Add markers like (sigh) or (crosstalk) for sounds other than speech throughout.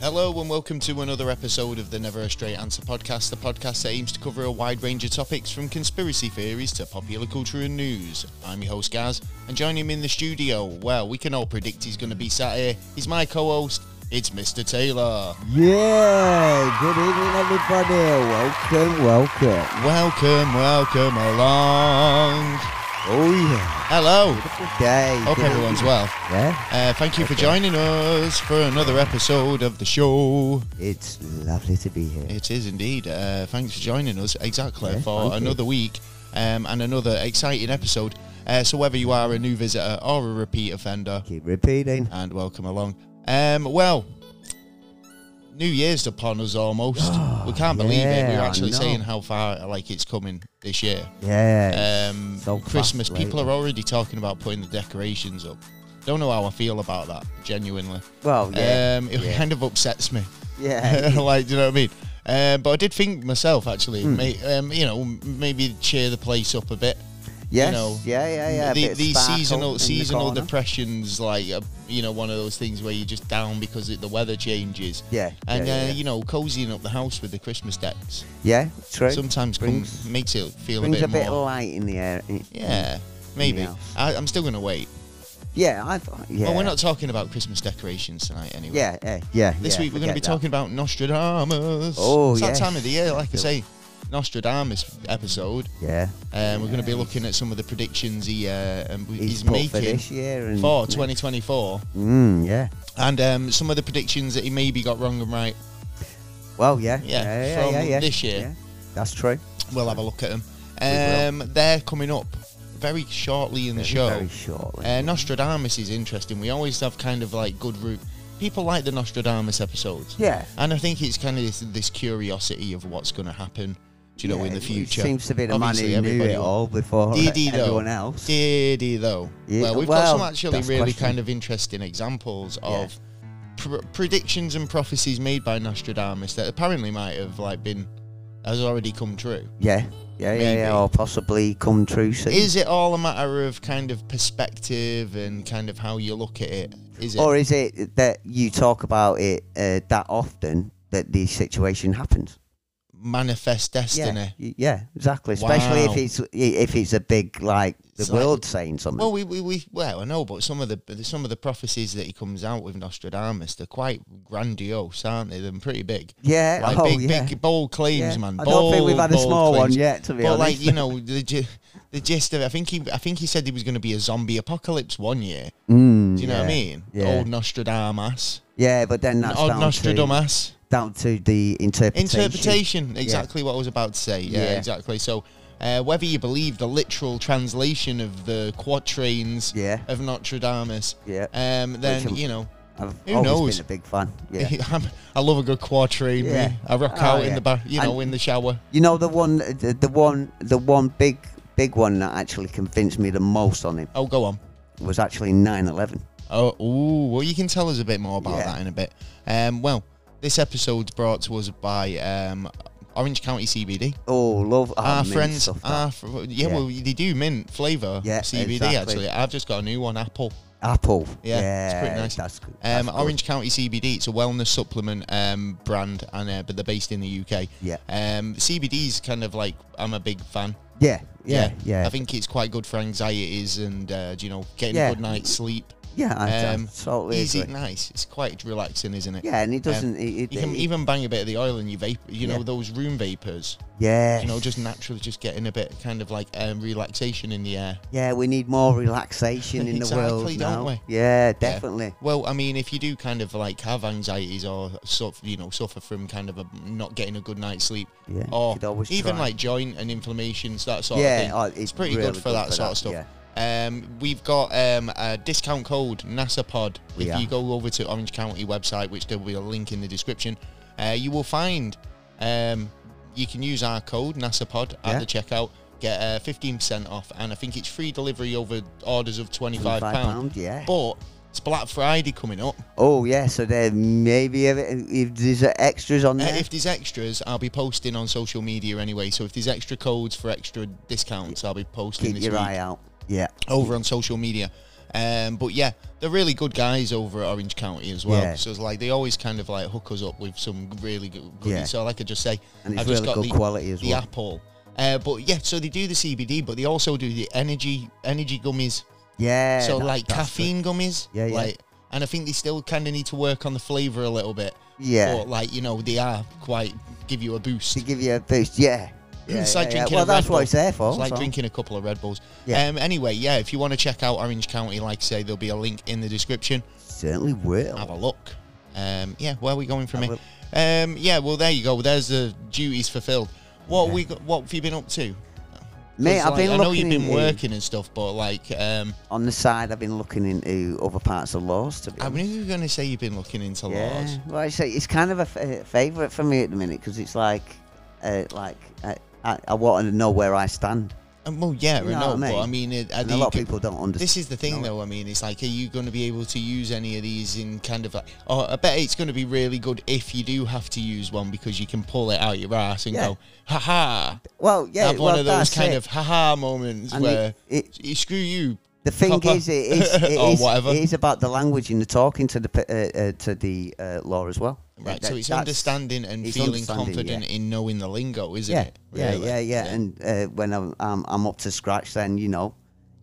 Hello and welcome to another episode of the Never a Straight Answer podcast, the podcast that aims to cover a wide range of topics from conspiracy theories to popular culture and news. I'm your host Gaz, and joining him in the studio, well, we can all predict he's going to be sat here. He's my co-host. It's Mr. Taylor. Yeah, good evening, everybody. Welcome, welcome. Welcome, welcome along. Oh, yeah. Hello. Good day. Hope Good everyone's evening. well. Yeah, Uh, thank you for joining us for another episode of the show. it's lovely to be here. It is indeed. Uh, thanks for joining us. Exactly Yeah, for thank you. another week um, and another exciting episode. Uh, so whether you are a new visitor or a repeat offender, Keep repeating. and welcome along. Um, well, New Year's upon us almost. (gasps) we can't believe it. yeah, We're I actually know. saying how far like it's coming this year. Yeah. Um, so fast Christmas. People lately. are already talking about putting the decorations up. Don't know how I feel about that. Genuinely, well, yeah. um, it yeah. kind of upsets me. yeah. like, do (laughs) you know what I mean? Um, but I did think myself, actually, Hmm. may, um, you know, m- maybe cheer the place up a bit. yes. know, yeah, yeah, yeah. a The- bit of these sparkle in seasonal the seasonal corner. depressions, like uh, you know, one of those things where you're just down because it, the weather changes. Yeah. And yeah, yeah, uh, yeah. you know, cozying up the house with the Christmas decks yeah, true. sometimes Brings- come, makes it feel a Brings bit, a bit more. of light in the air. yeah, maybe. house. I, I'm still gonna wait. Yeah, I thought. Yeah. But we're not talking about Christmas decorations tonight, anyway. Yeah, yeah, yeah. This yeah, week we're going to be forget that. talking about Nostradamus. Oh, it's yes. that time of the year, like I Still- say, Nostradamus episode. Yeah. Um, we're going to be looking at some of the predictions he uh, um, he's, He's, put for making this year and for 2024, Mm, yeah. and um, some of the predictions that he maybe got wrong and right. Well, yeah. Yeah, Yeah, yeah, from yeah, yeah. this year. Yeah. That's true. We'll have a look at will. them. Um, they're coming up very shortly in the Very, show. Very shortly. Uh, Nostradamus is interesting. We always have kind of like good root. People like the Nostradamus episodes. yeah. And I think it's kind of this, this curiosity of what's going to happen, do you know, Yeah, in the it future. seems to be the man Obviously, who knew everybody it will- (laughs) all before Did he, though? everyone else. Did he though? Yeah, well, we've got well, some actually that's really question. kind of interesting examples Yeah. of pr- predictions and prophecies made by Nostradamus that apparently might have like been has already come true. Yeah, yeah, yeah, Maybe. yeah, or possibly come true soon. Is it all a matter of kind of perspective and kind of how you look at it? Is it? or is it that you talk about it uh, that often that the situation happens? manifest destiny. Yeah, y- yeah, exactly. Especially Wow. if it's i- if it's a big like the It's like- Oh, world saying something. Well, we, we, we well I know, but some of the some of the prophecies that he comes out with Nostradamus, they're quite grandiose, aren't they? They're pretty big, yeah, like oh big, yeah. big, bold claims, yeah. man. I don't think we've Bold, had a bold small one claims. yet, to be But honest. like you know, the gi- the gist of it, I think he I think he said he was going to be a zombie apocalypse one year. Mm, Do you know what I yeah, mean? Yeah, Old Nostradamus, yeah, but then that's old down Nostradamus. to down to the interpretation. Interpretation, exactly what I was about to say. Yeah, Yeah. exactly. So. Uh, whether you believe the literal translation of the quatrains Yeah. of Nostradamus, Yeah. um, then I'm- you know, I've Who always knows? been a (laughs) big fan. Yeah. I'm, I love a good quatrain. Yeah. me. I rock Oh, out in yeah. the back, you know, And- in the shower. You know the one, the, the one, the one big, big one that actually convinced me the most on him Oh, go on. was actually 9/11. Oh, ooh, well, you can tell us a bit more about Yeah. that in a bit. Um, well, this episode's brought to us by um, Orange County CBD. Oh, love oh, our mint friends, uh, stuff, that. our, fr- yeah, Yeah. well, they do mint flavour Yeah, CBD. exactly. Actually, I've just got a new one, apple. apple. Yeah, it's pretty nice. That's good. Um, that's good. Orange County CBD. It's a wellness supplement um, brand, and uh, but they're based in the UK. Yeah. Um, CBD's kind of like I'm a big fan. Yeah, yeah, yeah. I think it's quite good for anxieties and uh, do you know getting Yeah. a good night's sleep. yeah, I, um, I totally Easy, agree. nice. It's quite relaxing, isn't it? Yeah, and it doesn't. it, it, You can it- even bang a bit of the oil in your vape. You know Yeah. those room vapors. yeah, You know, just naturally, just getting a bit kind of like um, relaxation in the air. yeah. We need more relaxation in the world Exactly, don't now. we? Yeah, definitely. Well, I mean, if you do kind of like have anxieties or suffer, you know, suffer from kind of a, not getting a good night's sleep, Yeah, or could always even try. like joint and inflammations, that sort Yeah, of thing. oh, it's, it's pretty really good for good that for sort that, of stuff. Um, we've got um, a discount code NASAPOD. If Yeah. you go over to Orange County website, which there will be a link in the description, uh, you will find um, you can use our code NASAPOD at Yeah. the checkout. Get uh, 15% off, and I think it's free delivery over orders of £25. Five pound, yeah. But it's Black Friday coming up. Oh yeah, so there maybe if, if there's uh, extras on Uh, there. If there's extras, I'll be posting on social media anyway. So if there's extra codes for extra discounts, I'll be posting keep this your week eye out. Yeah. over on social media. Um, but yeah, they're really good guys over at Orange County as well. Yeah. So it's like they always kind of like hook us up with some really good goodies. Yeah. So like I just say, And it's I've just really got good the, quality as the well. apple. Uh, but yeah, so they do the CBD, but they also do the energy energy gummies. Yeah. so that- like that's caffeine gummies. Yeah, yeah. Like, and I think they still kind of need to work on the flavor a little bit. the- yeah. But like you know, they are quite give you a boost. to give you a boost. Yeah. (clears throat) yeah, it's like yeah, yeah. drinking Well, a Red that's Bull. what it's there for. It's like so- drinking a couple of Red Bulls. Yeah. Um, anyway, yeah, if you want to check out Orange County, like I say, there'll be a link in the description. Certainly will. Have a look. Um, yeah, where are we going from I here? Um, yeah, well, there you go. There's the duties fulfilled. What we got, what have you been up to? 'Cause, Mate, I've like, been I know looking you've been into- working and stuff, but like, um, on the side. I've been looking into other parts of laws. To be I honest. knew you were going to say you've been looking into yeah. laws. Well, it's, it's kind of a fa- favourite for me at the minute because it's like, uh, like uh, I, I want to know where I stand, Um, well, yeah, You no, know what I but mean? I mean, it, I and a think lot of people don't understand. This is the thing, No. though. I mean, it's like, are you going to be able to use any of these in kind of like? Oh, I bet it's going to be really good if you do have to use one because you can pull it out your ass and Yeah. go, ha ha. well, yeah. have well, one of those that's kind it. of ha ha moments And where it- it- "Y- screw you. The thing Copper. is, it is, (laughs) it, Or is whatever. it is about the language and the talking to the pe- uh, uh, to the uh, law as well. Right, That- so it's that's- understanding and it's feeling understanding, confident in knowing the lingo, isn't yeah, it? yeah, really? yeah, yeah, And uh, when I'm, I'm I'm up to scratch, then you know,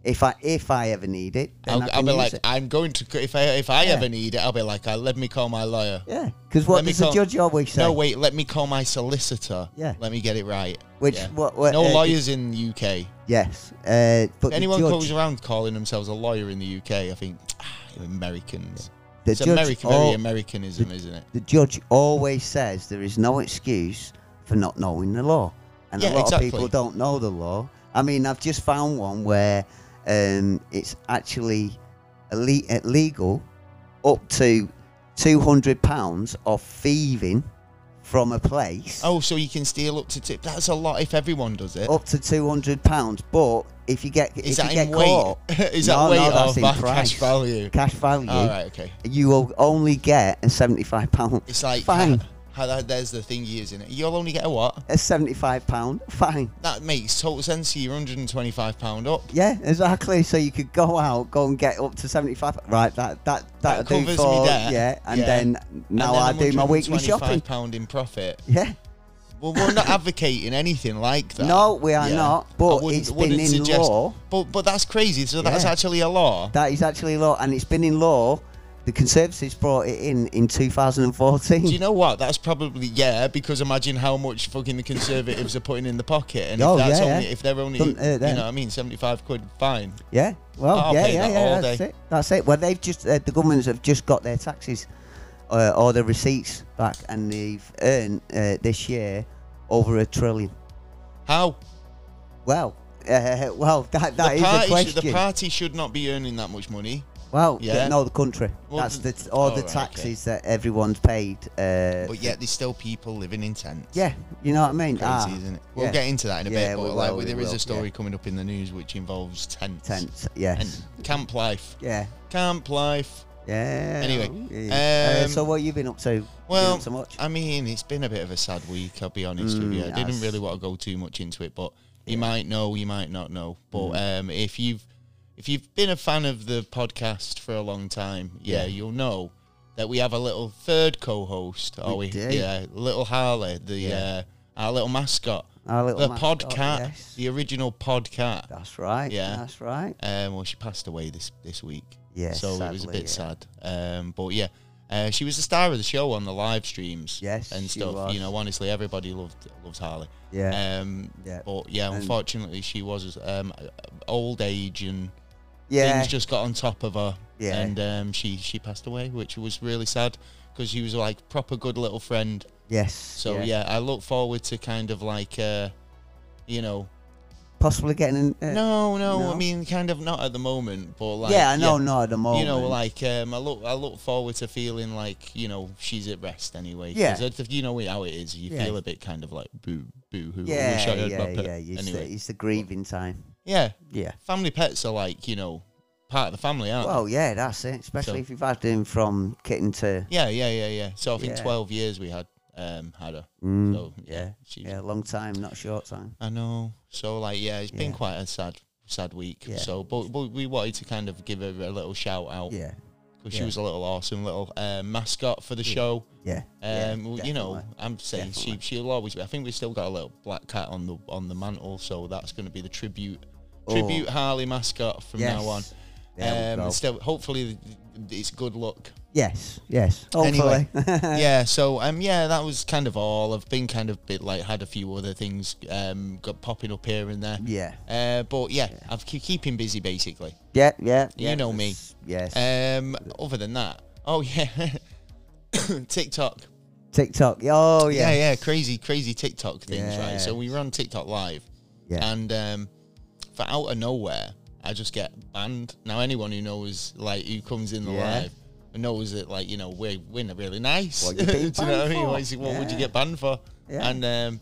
if I if I ever need it, then I'll, I I'll can be use like, it. I'm going to c- if I if I Yeah. ever need it, I'll be like, I let me call my lawyer. Yeah, because Let what me does the call- judge always say? No, wait, let me call my solicitor. Yeah. let me get it right. Which Yeah. what, what no uh, lawyers in the UK. Yes, uh, but If anyone the goes judge, around calling themselves a lawyer in the UK, I think ah, you Americans. the it's judge American, al- very Americanism, isn't it? the judge always says there is no excuse for not knowing the law, and Yeah, a lot exactly. of people don't know the law. I mean, I've just found one where um, it's actually ille- uh, legal up to two hundred pounds of thieving from a place Oh, so you can steal up to tip. That's a lot if everyone does it. up to two hundred pounds. But if you get Is Oh, if that you in get weight? caught, (laughs) Is that No, no, weight that's or in back price. cash value? cash value, All right, okay. you will only get a seventy-five pound. It's like Fine. How, how that, there's the thing is, isn't it? You'll only get a what? a seventy-five pound fine. That makes total sense. So you're 125 pound up. Yeah, exactly. So you could go out, go and get up to seventy-five. Right, that that that'll do covers me for- there. Yeah, and Yeah. then now and I then do my weekly 125 shopping. pound in profit. Yeah. Well, we're not advocating anything like that. No, we are Yeah. not. I But wouldn't- it's been wouldn't in suggest- law. But but that's crazy. So that's Yeah. actually a law. That is actually law, and it's been in law. The Conservatives brought it in in 2014. Do you know what? That's probably yeah, because imagine how much fucking the conservatives are putting in the pocket, and Oh, if that's yeah, only yeah. if they're only Don't, uh, you then. know what I mean seventy five quid fine. Yeah. Well, I'll yeah, pay yeah, that yeah. Oh, all That's day. it. That's it. Well, they've just uh, the governments have just got their taxes uh, or their receipts back, and they've earned uh, this year over a trillion. How Well, (laughs) uh, well, that that the party is a should- question. the party should not be earning that much money. well, Yeah. yeah. no, the country. Well, that's the t- all oh, the right, taxes that everyone's paid. Uh, But yet there's still people living in tents. yeah, you know what I mean. Crazy, Ah, isn't it? We'll yeah. get into that in a Yeah, bit, but we like will, we there is will, a story coming up in the news which involves tents, Tents. Yes. and camp life, yeah. camp life. Yeah. Anyway, yeah. um, uh, so what you been up to? Well, Been up to much. I mean, it's been a bit of a sad week. I'll be honest with Mm, you. I didn't that's- really want to go too much into it, but you might know, you might not know. But Mm. um, if you've if you've been a fan of the podcast for a long time, yeah, Yeah. you'll know that we have a little third co-host. Or we, We do. yeah, little Harley, the Yeah. uh, our little mascot, Our little the mascot, podcat, yes. the original podcat. That's right. Yeah. That's right. Um, well, she passed away this this week. Yeah, so it was a sadly, bit yeah. sad. Um, but yeah, uh, she was the star of the show on the live streams. Yes, and she stuff. You was. know, honestly, everybody loved loved Harley. Yeah. Um, Yeah. But yeah, And- unfortunately, she was um, old age and yeah. things just got on top of her. Yeah. And um, she she passed away, which was really sad because she was like proper good little friend. yes. So yeah, I look forward to kind of like. Uh, you know, Possibly getting. An, uh, no, no, I no. mean, kind of not at the moment, but like, yeah, I know. Not at the moment. you know, like um, I look, I look forward to feeling like you know she's at rest anyway. 'Cause Yeah. if- if you know how it is. You Yeah. feel a bit kind of like boo, boo hoo. I wish Yeah, I had my yeah, pet. yeah. It's, Anyway, the, it's the grieving time. yeah, Yeah. family pets are like you know part of the family, aren't Well, yeah, that's it. Especially Uh, So- if you've had him from kitten to they? Yeah, yeah, yeah, yeah. So I think Yeah. twelve years we had um had her. Mm, so yeah, she's yeah, long time, not short time. I know. So like yeah, it's been Yeah. quite a sad sad week. Yeah. So, but, but we wanted to kind of give her a little shout out Yeah, because she yeah. was a little awesome little uh, mascot for the show. yeah. yeah, Um, well, you know, definitely. I'm saying she Definitely. she'll always be. I think we've still got a little black cat on the on the mantle, so that's going to be the tribute Oh. tribute Harley mascot from Yes. now on. There we um, go. still, hopefully, it's good luck. Yes, yes. Hopefully. yeah. So um, yeah, that was kind of all. I've been kind of bit like had a few other things um got popping up here and there. yeah. Uh, but yeah, I've keep keeping busy basically. (laughs) Yeah, yeah. You yeah, know me. that's- Yes. Um, other than that, oh yeah, (coughs) TikTok. TikTok. Oh, yeah. Yeah, yeah, crazy, crazy TikTok things, right? So we were on TikTok live, Yeah. and um, for out of nowhere, I just get banned. Now anyone who knows, like, who comes in the Yeah. live, knows that, like, you know, we're we're not really nice. (laughs) What you do being you know what I banned mean? for? What, is, what would you Yeah. get banned for? Yeah. And um,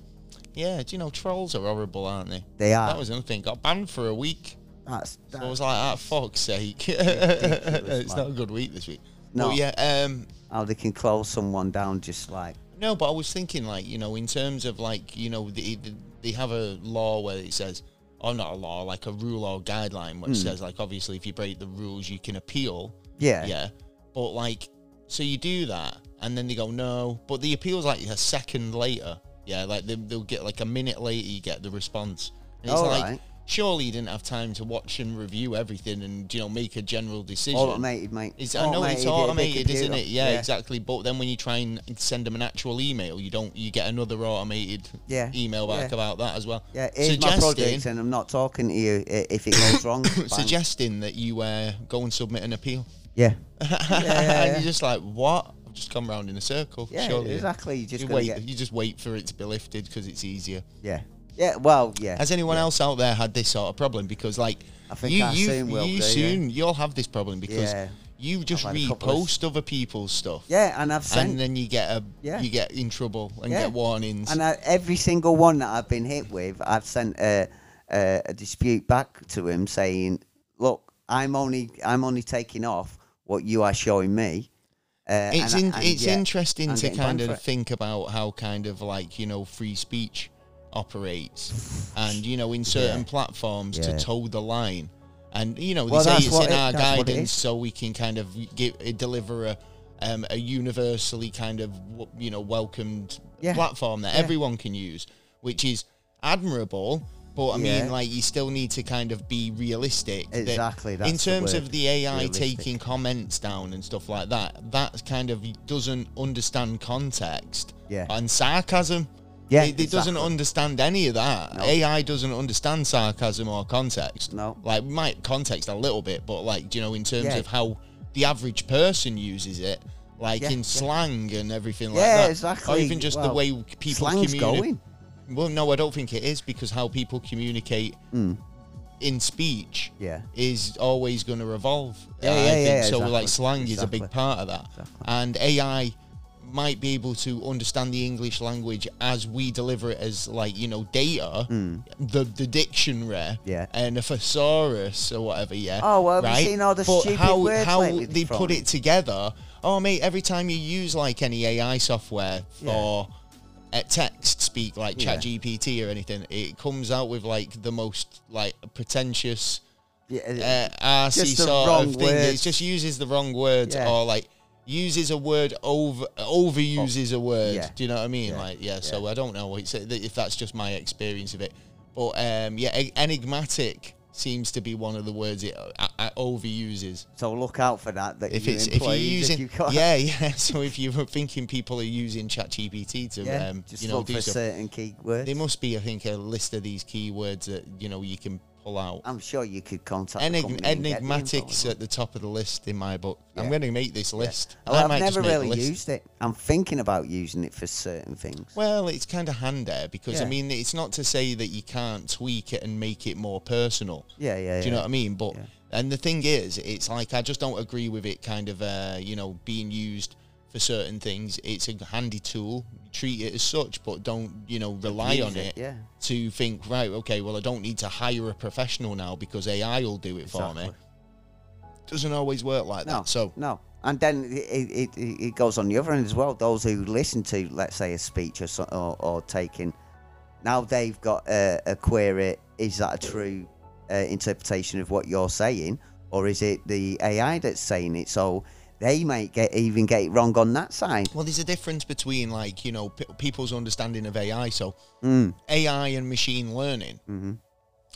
yeah, do you know trolls are horrible, aren't they? They are. That was another thing. Got banned for a week. That's, that, I was like, ah, fuck's sake, (laughs) ridiculous, it's not man. a good week this week. No. But yeah. Um, how they can close someone down just like. no, but I was thinking, like, you know, in terms of, like, you know, the, the, they have a law where it says, or not a law, like a rule or guideline, which says, like, obviously, if you break the rules, you can appeal. Hmm. Yeah. Yeah. But, like, so you do that, and then they go, no. But the appeal's, like, a second later. Yeah. Like, they, they'll get, like, a minute later, you get the response. And it's All like, right. surely you didn't have time to watch and review everything and, you know, make a general decision. Automated, mate. It's, I know it's yeah, automated, big isn't computer. it? Yeah, uh, exactly. But then when you try and send them an actual email, you don't. You get another automated Yeah, email back yeah. about that as well. Yeah, here's my project, and I'm not talking to you i- if it goes (coughs) wrong. bang. suggesting that you uh, go and submit an appeal, (laughs) yeah. yeah, yeah, and yeah. you're just like, what? I've just come round in a circle. Yeah, surely. exactly. You just You gotta wait. get- You just wait for it to be lifted because it's easier. yeah, yeah. Well, yeah. Has anyone else out there had this sort of problem? Because like, I think you, I you, soon will you do, yeah. soon you'll have this problem because Yeah. you just had a couple of- repost other people's stuff. yeah, and I've sent and then you get a Yeah. you get in trouble and Yeah. get warnings. And I, every single one that I've been hit with, I've sent a, a, a dispute back to him saying, "Look, I'm only I'm only taking off what you are showing me." Uh, it's and I- in, and it's yeah, interesting I'm to getting banned kind for of it. think about how kind of like you know free speech operates, and you know in certain Yeah. platforms Yeah. to toe the line, and you know they Well, say that's it's what in it- our that's what it guidance is. so we can kind of give deliver a um, a universally kind of w- you know welcomed Yeah. platform that everyone can use, which is admirable. But I mean, Yeah. like, you still need to kind of be realistic. that Exactly, in that's the terms word, of the AI realistic. taking comments down and stuff like that, that kind of doesn't understand context. Yeah. And sarcasm. Yeah, It, it doesn't exactly. understand any of that. No. AI doesn't understand sarcasm or context. No. Like, might context a little bit, but like, you know, in terms Yeah. of how the average person uses it, like Yeah, in yeah. slang and everything like Yeah, that. Or exactly. even just the Well, way people slang's communicate. going. Well, no, I don't think it is because how people communicate in speech Hmm. Yeah. is always going to revolve. Yeah, I yeah, think. yeah, So, like, exactly, slang is a big exactly. part of that. And AI might be able to understand the English language as we deliver it as, like, you know, data, the the dictionary, Hmm. Yeah. and a thesaurus or whatever, yeah. Oh, well, have you right? seen all the but stupid how, words how lately they from- put it together. Oh, mate, every time you use, like, any AI software Yeah. for at text speak like Yeah. ChatGPT or anything, it comes out with like the most like pretentious Yeah, uh, RC Just the sort wrong of thing. It words. just uses the wrong words Yeah. or like uses a word over overuses a word. Yeah. Do you know what I mean? Like yeah, So I don't know it's, if that's just my experience of it, but um, yeah, e- enigmatic seems to be one of the words it uh, uh, overuses. so look out for that. That If you it's if you're employees, using you've (laughs) got- yeah (laughs) yeah, so if you're thinking people are using ChatGPT to yeah, um, just you know look do for stuff, certain key words. there must be, I think, a list of these keywords that you know you can pull out. I'm sure you could contact. the Enig- company and get the info as enigmatics well. at the top of the list in my book. I'm Yeah. going to make this list. Well, uh, I I've might just never make a really list. used it. I'm thinking about using it for certain things. Well, it's kind of hand there because I Yeah. mean, it's not to say that you can't tweak it and make it more personal. yeah, yeah. Do you yeah. know what I mean? But Yeah. and the thing is, it's like I just don't agree with it. Kind of, uh, you know, being used for certain things. It's a handy tool. Treat it as such, but don't you know rely Use on it. Yeah. to think, right, okay, well, I don't need to hire a professional now because AI will do it for me. Exactly. Doesn't always work like No. that. So, no. And then it, it, it it goes on the other end as well. Those who listen to, let's say, a speech or so, or, or taking, now they've got a, a query: Is that a true uh, interpretation of what you're saying, or is it the AI that's saying it? So they might get even get it wrong on that side. Well, there's a difference between like you know p- people's understanding of AI. So Mm, AI and machine learning hmm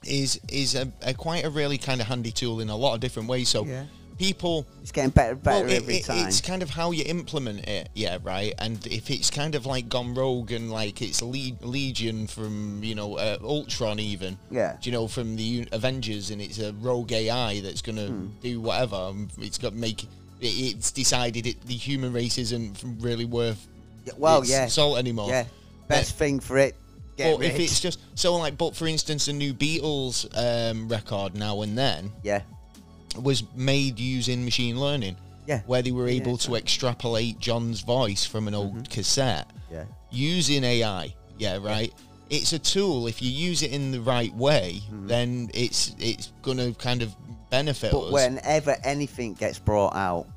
is is a, a quite a really kind of handy tool in a lot of different ways. So Yeah. people It's getting better and better Well, it- every it- time. It's kind of how you implement it, yeah, right. And if it's kind of like gone rogue and like it's Le- Legion from you know uh, Ultron, even Yeah. do you know from the U- Avengers, and it's a rogue AI that's gonna Hmm. do whatever. um, It's got make it- it's decided it, the human race isn't really worth Yeah, well, its yeah. salt anymore. yeah. Best thing for it. Get But if rid. it's just so like, but for instance, a new Beatles um, record now and then yeah. was made using machine learning. Yeah. Where they were Yeah, Mm-hmm. able to extrapolate John's voice from an old cassette Yeah. using AI. Yeah, right. It's a tool. If you use it in the right way, then it's it's gonna kind of benefit Mm-hmm. us. But whenever anything gets brought out,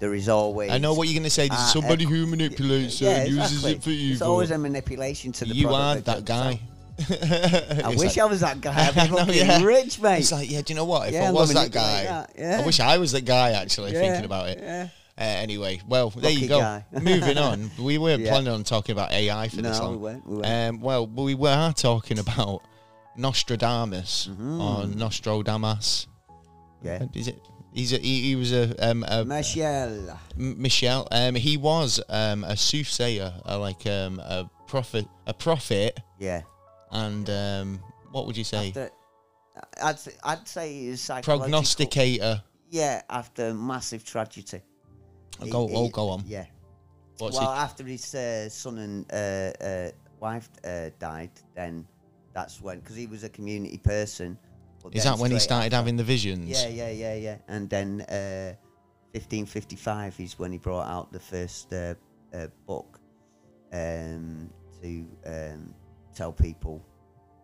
there is always. I know what you're gonna say. There's Ah, somebody uh, who manipulates it and uses exactly. it for evil. It's always a manipulation to the you are product that comes guy. (laughs) out. I It's wish like- I was that guy. I'd be (laughs) I know, fucking yeah. rich, mate. It's like, yeah, do you know what? If Yeah, I I'm was gonna that guy, manipulate that, I yeah. wish I was that guy. Actually, Yeah, thinking about it. yeah. Uh, anyway, well, there Lucky you go. guy. (laughs) Moving on, (laughs) we weren't Yeah. planning on talking about AI for this No, long. we weren't, we weren't. Um, well, but we were talking about Nostradamus or Nostradamus. Mm-hmm. Yeah. Uh, Is it? He's a, he, he was a, um, a Michelle. M- Michelle. Um, he was um, a soothsayer, uh, like um, a prophet, a prophet, Yeah. and um, what would you say? After, I'd, say- I'd say it was psychological. Prognosticator. Yeah, after massive tragedy. Oh, go- oh, go on. Yeah. What's well, after his uh, son and uh, uh, wife uh, died, then that's when, because he was a community person. but he, is then that when he straight started having the visions? Yeah, yeah, yeah, yeah. And then uh, 1555 is when he brought out the first uh, uh, book um, to um, tell people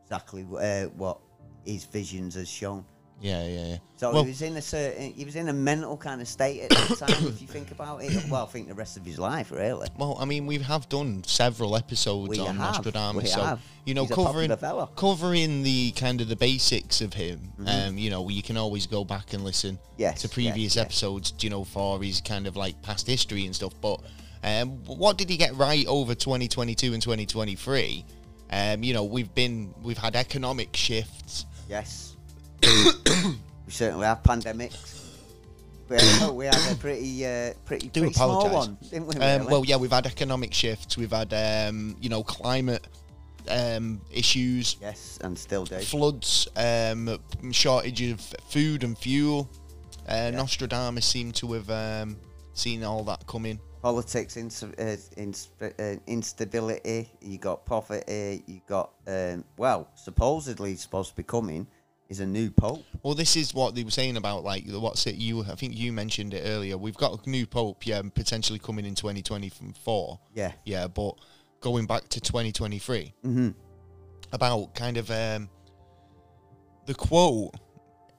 exactly wh- uh, what his visions has shown. yeah, yeah, yeah. So Well- he was in a certain, he was in a mental kind of state at that time. if you think about it, well, I think the rest of his life, really. Well, I mean, we have done several episodes We on have, Nostradamus, we so have. you know, He's a covering popular fella. covering the kind of the basics of him. Um, you know, you can always go back and listen Mm-hmm. Yes, to yeah, previous yeah. episodes. You know, for his kind of like past history and stuff. But um, what did he get right over 2022 and 2023? Um, you know, we've been we've had economic shifts. (coughs) Yes. we certainly have pandemics. We had, we had a pretty, uh, pretty, do pretty small apologise. one, didn't we? Um, really? well, yeah, we've had economic shifts. We've had um, you know climate um, issues. yes, and still do. floods, um, shortage of food and fuel. Uh, Nostradamus seemed to have um, seen all that coming. politics, ins- uh, ins- uh, instability. You got poverty. You got um, well, supposedly supposed to be coming is a new pope. Well, this is what they were saying about like the- what's it? You, I think you mentioned it earlier. We've got a new pope, yeah, potentially coming in 2024. Yeah, yeah, but going back to 2023, mm-hmm. about kind of um, the quote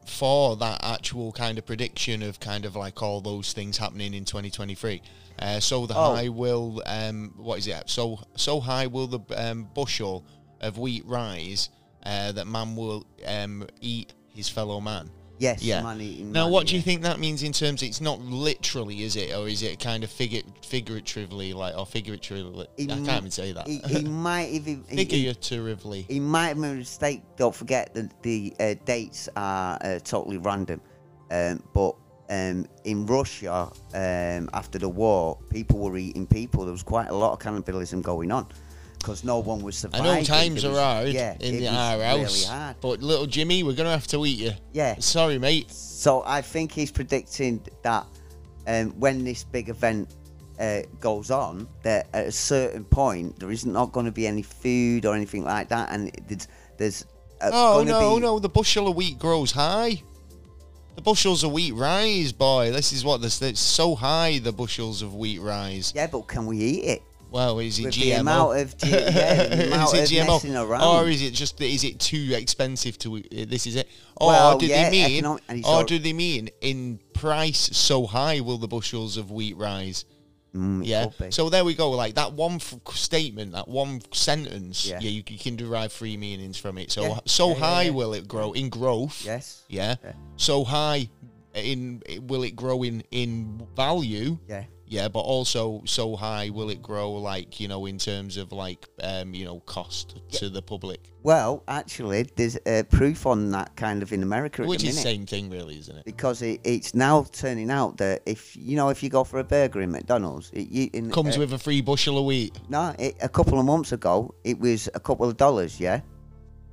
for that actual kind of prediction of kind of like all those things happening in 2023. Uh, so the Oh. high will, um, what is it? So so high will the um, bushel of wheat rise uh, that man will um, eat his fellow man. yes, Yeah. man eating. Now, man, what do you yeah. think that means in terms? It's not literally, is it, or is it kind of figu- figuratively, like or figuratively? He I mi- can't even say that. He, he (laughs) might even he, he, figuratively. he might have made a mistake. Don't forget that the uh, dates are uh, totally random, um, but. Um, in Russia, um, after the war, people were eating people. There was quite a lot of cannibalism going on because no one was I surviving. know times There are was- hard yeah, in it the, was our house, Really hard. but little Jimmy, we're gonna have to eat you. Yeah. Sorry, mate. So I think he's predicting that um, when this big event uh, goes on, that at a certain point there is not going to be any food or anything like that, and there's, there's uh, Oh gonna no, be, no, the bushel of wheat grows high. The bushels of wheat rise, boy. This is what this. It's so high. The bushels of wheat rise. Yeah, but can we eat it? Well, is it With GMO? the amount of G- yeah, (laughs) the amount is it of messing GMO, around. or Oh, is it just that is it too expensive to? Uh, This is it. Or Well, do yeah, they mean? economic- and it's or all- do they mean in price so high will the bushels of wheat rise? Mm, it Yeah. could be. So there we go. Like that one f- statement, that one sentence. Yeah. Yeah. you, you can derive three meanings from it. So Yeah. so Yeah, yeah, high yeah. will it grow in growth? yes. Yeah. Yeah. So high in will it grow in in value? Yeah. Yeah, but also so high will it grow like, you know, in terms of like um, you know, cost to the public. Well, actually, there's uh, proof on that kind of in America at Which the is minute. same thing really, isn't it? Because it, it's now turning out that if you know if you go for a burger in McDonald's, it you, in, Comes uh, with a free bushel of wheat. no. It, a couple of months ago, it was a couple of dollars. Yeah. Do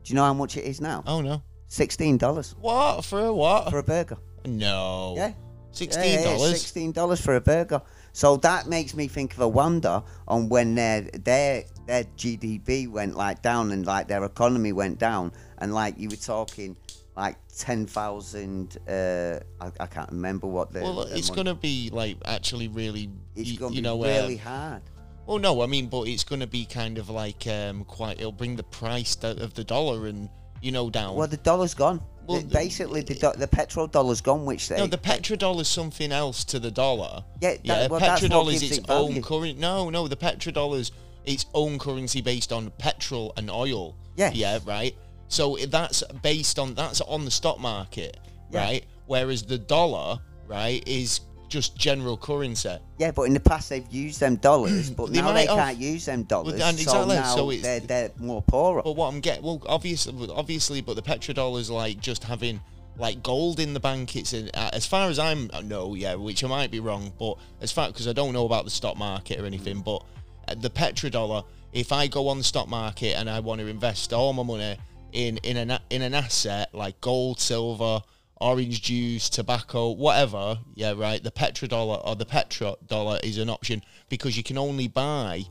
you know how much it is now? Oh no. Sixteen dollars What? For a what? for a burger. no. Yeah. Oh. Sixteen dollars. Sixteen dollars for a burger. So that makes me think of a wonder on when their their their GDP went like down and like their economy went down and like you were talking like ten thousand. Uh, I, I can't remember what the. well, the it's money- gonna be like actually really, It's y- gonna you be know, uh, really hard. Well, no, I mean, but it's going to be kind of like um, quite. It'll bring the price do- of the dollar and you know down. Well, the dollar's gone. Well, The- basically, the do- the petrol dollar's gone, which they no, the petrodollar's something else to the dollar. Yeah, that- yeah. well, that's what petrodollar's its gives it own value. currency. No, no, the petrodollar's its own currency based on petrol and oil. Yes. Yeah. Right. So i- that's based on that's on the stock market, Yeah. right? Whereas the dollar, right, is just general currency. yeah, but in the past they've used them (clears throat) dollars, but They now they might have. can't use them dollars. and so exactly, now so it's- they're they're more poorer. But what I'm getting, well, obviously, obviously, but the petrodollar's like just having like gold in the bank. It's in, uh, as far as I'm uh, no, yeah, which I might be wrong, but as far because I don't know about the stock market or anything, but uh, the petrodollar. If I go on the stock market and I want to invest all my money in in an a- in an asset like gold, silver, orange juice, tobacco, whatever, yeah, right. The petrodollar or the petrodollar is an option because you can only buy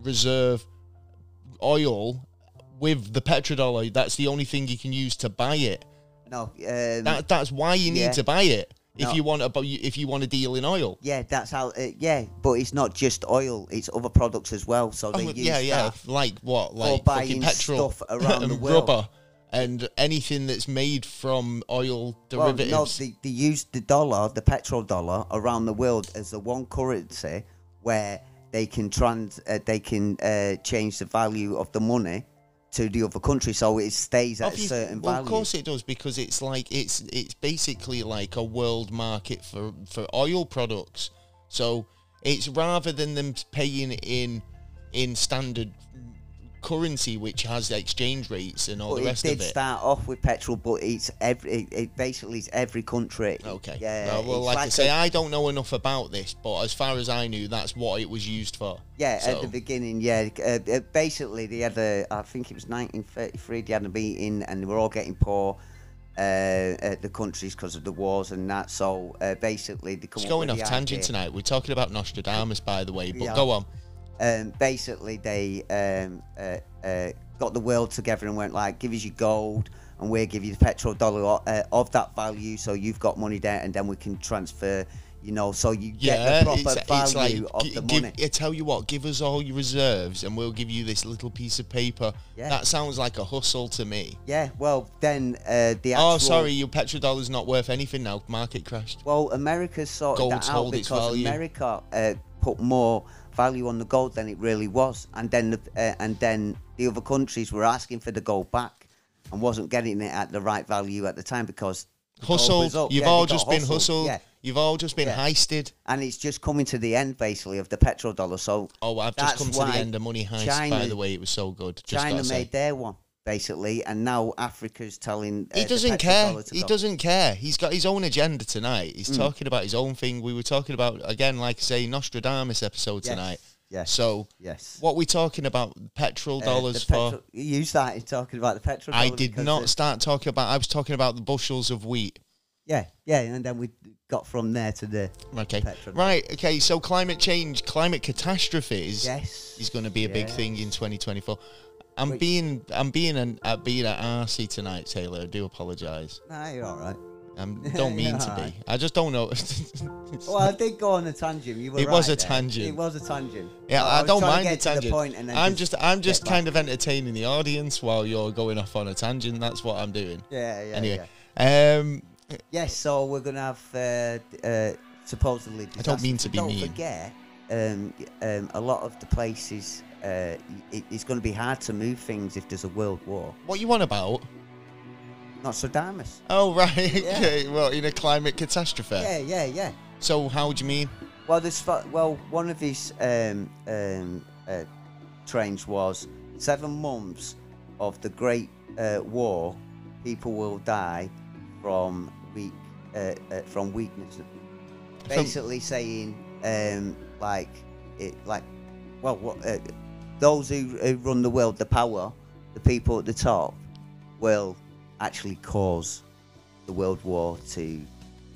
reserve oil with the petrodollar. That's the only thing you can use to buy it. no, um, That that's why you need Mm. Yeah. to buy it if No. you want to bu- if you want to deal in oil. Yeah, that's how. Uh, yeah, but it's not just oil; it's other products as well. So they Oh, use yeah, yeah, that. like what, like fucking buying petrol (laughs) stuff around and the world. rubber and anything that's made from oil Well, derivatives. no, they, they use the dollar, the petrol dollar, around the world as the one currency where they can trans, uh, they can uh, change the value of the money to the other country, so it stays at Obvious- a certain well, value. Of course it does because it's like it's it's basically like a world market for for oil products. So it's rather than them paying in in standard currency, which has exchange rates and all but the it rest did of it. start off with petrol, but it's every, it, it basically is every country. Okay. Yeah. Uh, well, it's like, I a- say, I I don't know enough about this, but as far as I knew, that's what it was used for. Yeah, So- at the beginning, yeah. Uh, uh, basically, they had a, I think it was 1933, they had a meeting and they were all getting poor uh, at the countries because of the wars and that. So uh, basically, they come It's up going with off the tangent idea. tonight. We're talking about Nostradamus, by the way, but Yeah. go on. Um, basically, they um, uh, uh, got the world together and went like, give us your gold and we'll give you the petrol dollar uh, of that value. So you've got money there and then we can transfer, you know, so you Yeah, get the proper it's, value it's like, of gi- the give- money. I tell you what, give us all your reserves and we'll give you this little piece of paper. Yeah. That sounds like a hustle to me. yeah, well, then uh, the actual... Oh, sorry, your petrodollar's not worth anything now. Market crashed. Well, America sorted Gold's that out hold its because value. America uh, put more value on the gold than it really was, and then the, uh, and then the other countries were asking for the gold back and wasn't getting it at the right value at the time because the gold was Hustled. up. You've Yeah, they all got just been hustled. Yeah. You've all just been heisted. And it's just coming to the end basically of the petrodollar. So Oh, I've just that's come to why the end of Money Heist, by China- the way. It was so good. Just China gotta say. made their one basically, and now Africa's telling uh, he the doesn't care. petrodollar to He go. Mm. doesn't care. He's got his own agenda tonight. He's talking about his own thing. We were talking about again, like I say, Nostradamus episode Yes, tonight. yes, So, yes. what we talking about? Petrol Uh, the dollars for? petro- you started talking about the petrol. I did not start talking about. I was talking about the bushels of wheat. Yeah, yeah, and then we got from there to the Okay. Petrol. Right. Okay. So climate change, climate catastrophes yes. is going to be a big Yeah. thing in 2024. I'm being I'm being an uh, being an arsey tonight, Taylor. I do apologise. Nah, you're all right. I don't mean (laughs) to be. Alright. I just don't know. (laughs) Well, I did go on a tangent. You were It was right a there. tangent. It was a tangent. Yeah, I, was don't trying to mind the get to tangent. point and then I'm just, I'm just get kind of entertaining the audience while you're going off on a tangent. That's what I'm doing. Yeah, yeah. anyway, yeah. um, Yes, so we're gonna have uh, d- uh, supposedly. Disaster. mean to be Don't mean. forget um, um, a lot of the places uh, it, it's going to be hard to move things if there's a world war. What you on about? Not Sadamus. Oh right, (laughs) okay. Well, in a climate catastrophe. Yeah, yeah, yeah. So how do you mean? Well, this fo- well one of his um, um, uh, trains was seven months of the Great uh, War. People will die from weak uh, uh, from weakness. Basically, saying um, like it like well what, uh, those who, who run the world, the power, the people at the top, will actually cause the world war to you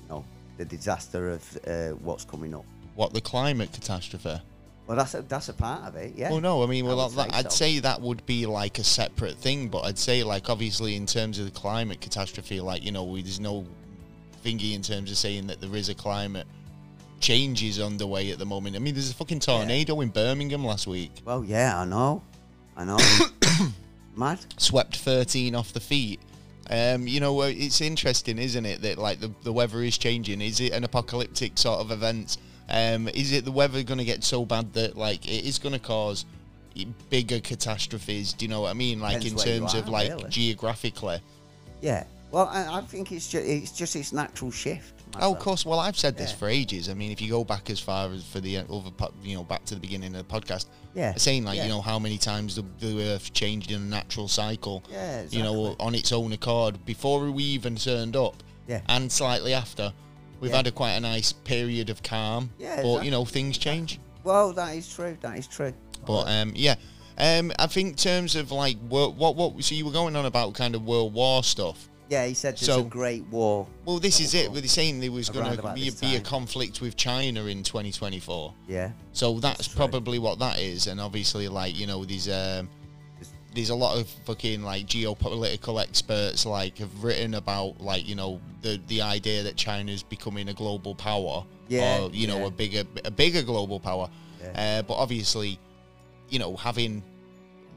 know the disaster of uh, what's coming up. What the climate catastrophe? Well, that's a, that's a part of it, yeah. Well, Oh, no, I mean, well, would that, say I'd so. say that would be like a separate thing, but I'd say like obviously in terms of the climate catastrophe, like you know, we, there's no thingy in terms of saying that there is a climate changes underway at the moment. I mean, there's a fucking tornado in Birmingham last week, Well, yeah, I know, I know. (coughs) Mad. swept 13 off the feet. Um, you know, uh, it's interesting, isn't it, that like the, the weather is changing? Is it an apocalyptic sort of event? Um, is it the weather going to get so bad that like it is going to cause i- bigger catastrophes? Do you know what I mean? Like Depends in where you terms of are, like really. geographically. Yeah. Well, I, I think it's just it's just its natural shift. my Oh, of friend. course. Well, I've said this Yeah. for ages. I mean, if you go back as far as for the uh, other, po- you know, back to the beginning of the podcast, Yeah, saying like yeah. you know how many times the, the Earth changed in a natural cycle, Yeah, you know, exactly. on its own accord before we even turned up, Yeah. and slightly after, we've Yeah. had a quite a nice period of calm. Yeah, but exactly. you know things change. Well, that is true. That is true. Uh, But um, yeah, um, I think in terms of like what what what so you were going on about kind of World War stuff. Yeah, he said there's So- a great war. Well, this is it. Were they saying there was going Around to about be, this be a time. conflict with China in 2024? Yeah. So that's, true. probably what that is, and obviously, like you know, these um, there's a lot of fucking like geopolitical experts like have written about like you know the the idea that China's becoming a global power, Yeah, or you know yeah. a bigger a bigger global power, Yeah. uh, but obviously, you know, having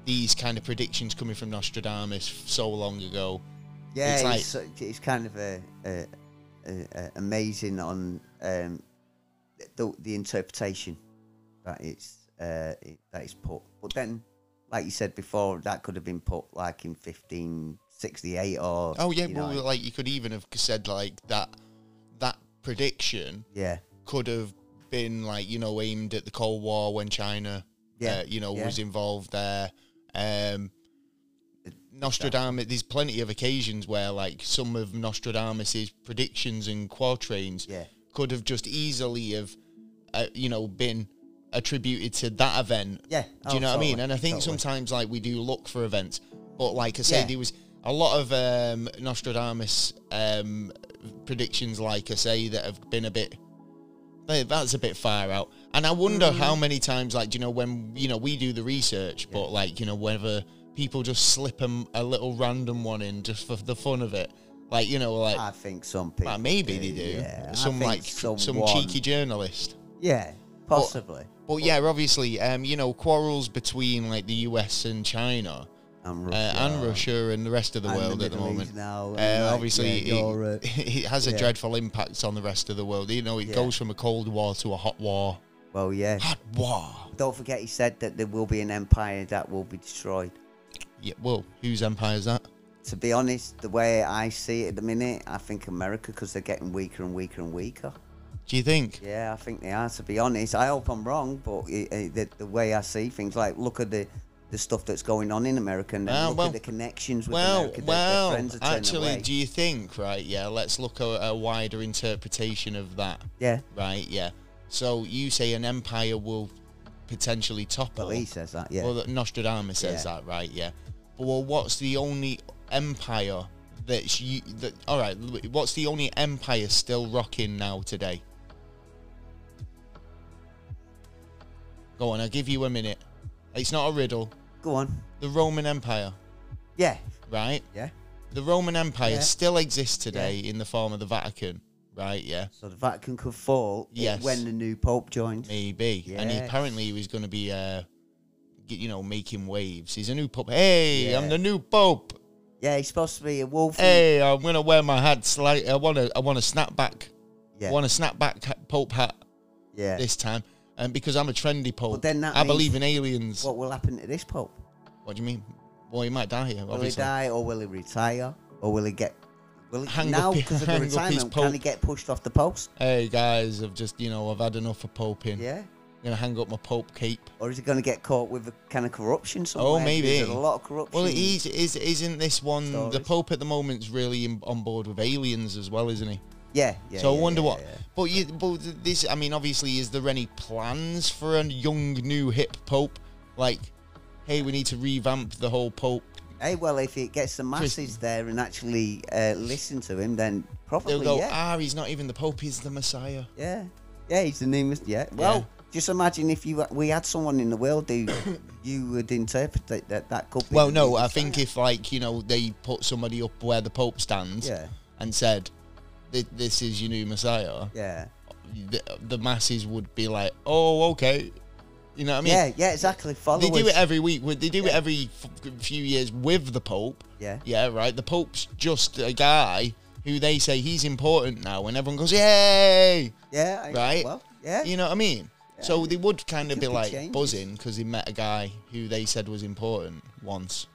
these kind of predictions coming from Nostradamus so long ago, Yeah, It's it's, like- so- it's kind of a, a, a, a amazing on um, the, the interpretation that it's uh, it, that is put. But then, like you said before, that could have been put like in 1568 or oh yeah, you well, know, like you could even have said like that that prediction yeah, could have been like you know aimed at the Cold War when China, Yeah, uh, you know, yeah. was involved there. Um, Nostradamus. There's plenty of occasions where like some of Nostradamus's predictions and quatrains Yeah. could have just easily have, uh, you know, been attributed to that event. Yeah. Do you Oh, know what I mean? totally, And I think totally. sometimes like we do look for events, but like I said, Yeah. there was a lot of um, Nostradamus um, predictions, like I say, that have been a bit. they- That's a bit far out, and I wonder Mm. how many times, like, do you know, when you know we do the research, but like, you know, whether people just slip 'em a little random one in just for the fun of it, like, you know, like, I think some people like, maybe they do, Yeah, I some think like tr- some someone- cheeky journalist. Yeah, possibly. But yeah, obviously, um, you know, quarrels between like the US and China and uh, and Russia and the rest of the And the world at the Middle moment. East now, uh, and, like, obviously, yeah, Europe. it, (laughs) it has a dreadful impact on the rest of the world. You know, it Yeah. goes from a cold war to a hot war. Well, yeah. Hot war. Don't forget, he said that there will be an empire that will be destroyed. Yeah. Well, whose empire is that? To be honest, the way I see it at the minute, I think America, because they're getting weaker and weaker and weaker. Do you think? Yeah, I think they are. To be honest, I hope I'm wrong, but it, it, the, the way I see things, like look at the the stuff that's going on in America, and then Ah, look well- at the connections with Well, America. that their well, friends are turning actually, away. do you think, right? Yeah, let's look at a wider interpretation of that, yeah. right? Yeah. So you say an empire will potentially topple. Well, he says that. Yeah. Well, that Nostradamus says Yeah. that, right? Yeah. But well, what's the only empire that's you? That all right? l- What's the only empire still rocking now today? Go on, I'll give you a minute. It's not a riddle. Go on. The Roman Empire, Yeah. right? Yeah. The Roman Empire Yeah. still exists today in the form of the Vatican, right? Yeah. So the Vatican could fall i- Yes. when the new Pope joins. Maybe. And he, Yes. apparently he was going to be, uh, g- you know, making waves. He's a new pope. Hey, I'm Yeah. the new pope. Yeah, he's supposed to be a wolf. Hey, I'm gonna wear my hat slightly. I want to. I want a snapback. Yeah. Want a snapback ha- pope hat yeah. this time. um, because I'm a trendy pope. But then that I means- believe in aliens. What, What will happen to this Pope? do you mean? Well, he might die here, Will he obviously. die or will he retire? Or will he get. Will he, Hang now, up his- because of the hang up his retirement, Pope. can he get pushed off the post? Hey guys, I've just you know I've had enough of poping. Yeah. I'm gonna hang up my pope cape. Or is he going to get caught with a kind of corruption somewhere? Oh, maybe. There's a lot of corruption. Well, he's, is isn't this one the Stories. pope at the moment's really in, on board with aliens as well, isn't he? Yeah, yeah. so I yeah, wonder yeah, what. yeah. But you, but this, I mean, obviously, is there any plans for a young, new, hip pope? Like, hey, we need to revamp the whole pope. Hey, well, if it gets the masses there and actually uh, listen to him, then probably They'll go, yeah, ah, he's not even the pope; he's the Messiah. yeah, yeah. He's the newest. Yeah. Well, just imagine if you we had someone in the world who (coughs) you would interpret that that, that could be. Well, the no, new I think Messiah. if like you know they put somebody up where the pope stands Yeah. and said, "Thi- "This is your new Messiah," Yeah. the, the masses would be like, "Oh, okay," you know what I mean? yeah, yeah, exactly. Followers. They do it every week. with- They do it Yeah. every f- few years with the Pope. Yeah. Yeah, right. The Pope's just a guy who they say he's important now, and everyone goes, "Yay!" yeah, I- Right? Well, yeah, You know what I mean? So they would kind of could be be like changes. buzzing because they met a guy who they said was important once.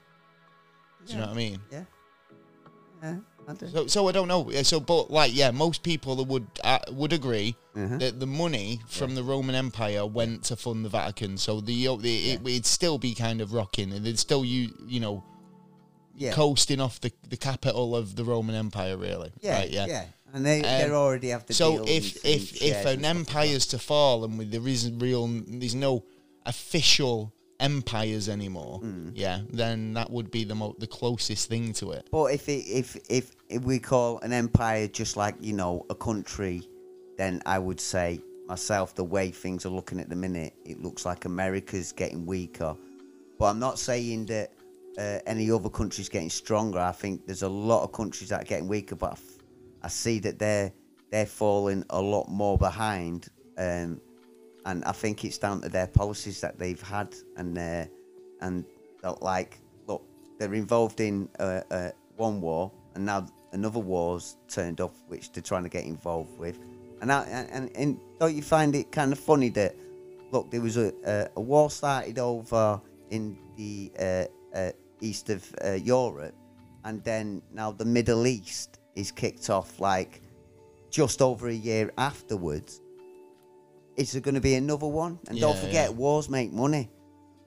Do you know what I mean? yeah, yeah. I do. So, so I don't know. Yeah, So, but like, yeah, most people that would uh, would agree Uh-huh. that the money from the Roman Empire went to fund the Vatican. So the, uh, the it, it'd still be kind of rocking, and they'd still you you know yeah. coasting off the, the capital of the Roman Empire, really. yeah, Right, Um, yeah, And they they already have the So deals if and if if shares and an empire's to fall and with there isn't real, there's no official empires anymore. Hmm. Yeah, then that would be the mo- the closest thing to it. But if it, if if if we call an empire just like you know a country, then I would say myself the way things are looking at the minute, it looks like America's getting weaker. But I'm not saying that uh, any other country's getting stronger. I think there's a lot of countries that are getting weaker, but I, f- I see that they're they're falling a lot more behind. Um, and I think it's down to their policies that they've had and their and that like look they're involved in uh, uh, one war and now another war's turned up which they're trying to get involved with and I, and, and don't you find it kind of funny that look there was a, a, a war started over in the uh, uh, east of uh, Europe and then now the Middle East is kicked off like just over a year afterwards is there going to be another one? And don't Yeah, forget, yeah. wars make money,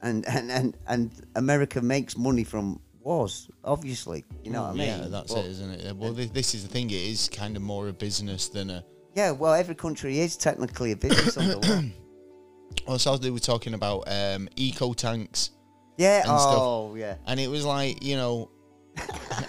and and and and America makes money from wars. Obviously, you know what I mean. Yeah, that's But- it, isn't it? Well, thi- this is the thing. It is kind of more a business than a. Yeah, well, every country is technically a business under law. (coughs) Also, they were talking about um, eco tanks, Yeah. And stuff. oh, yeah. and it was like you (laughs) know,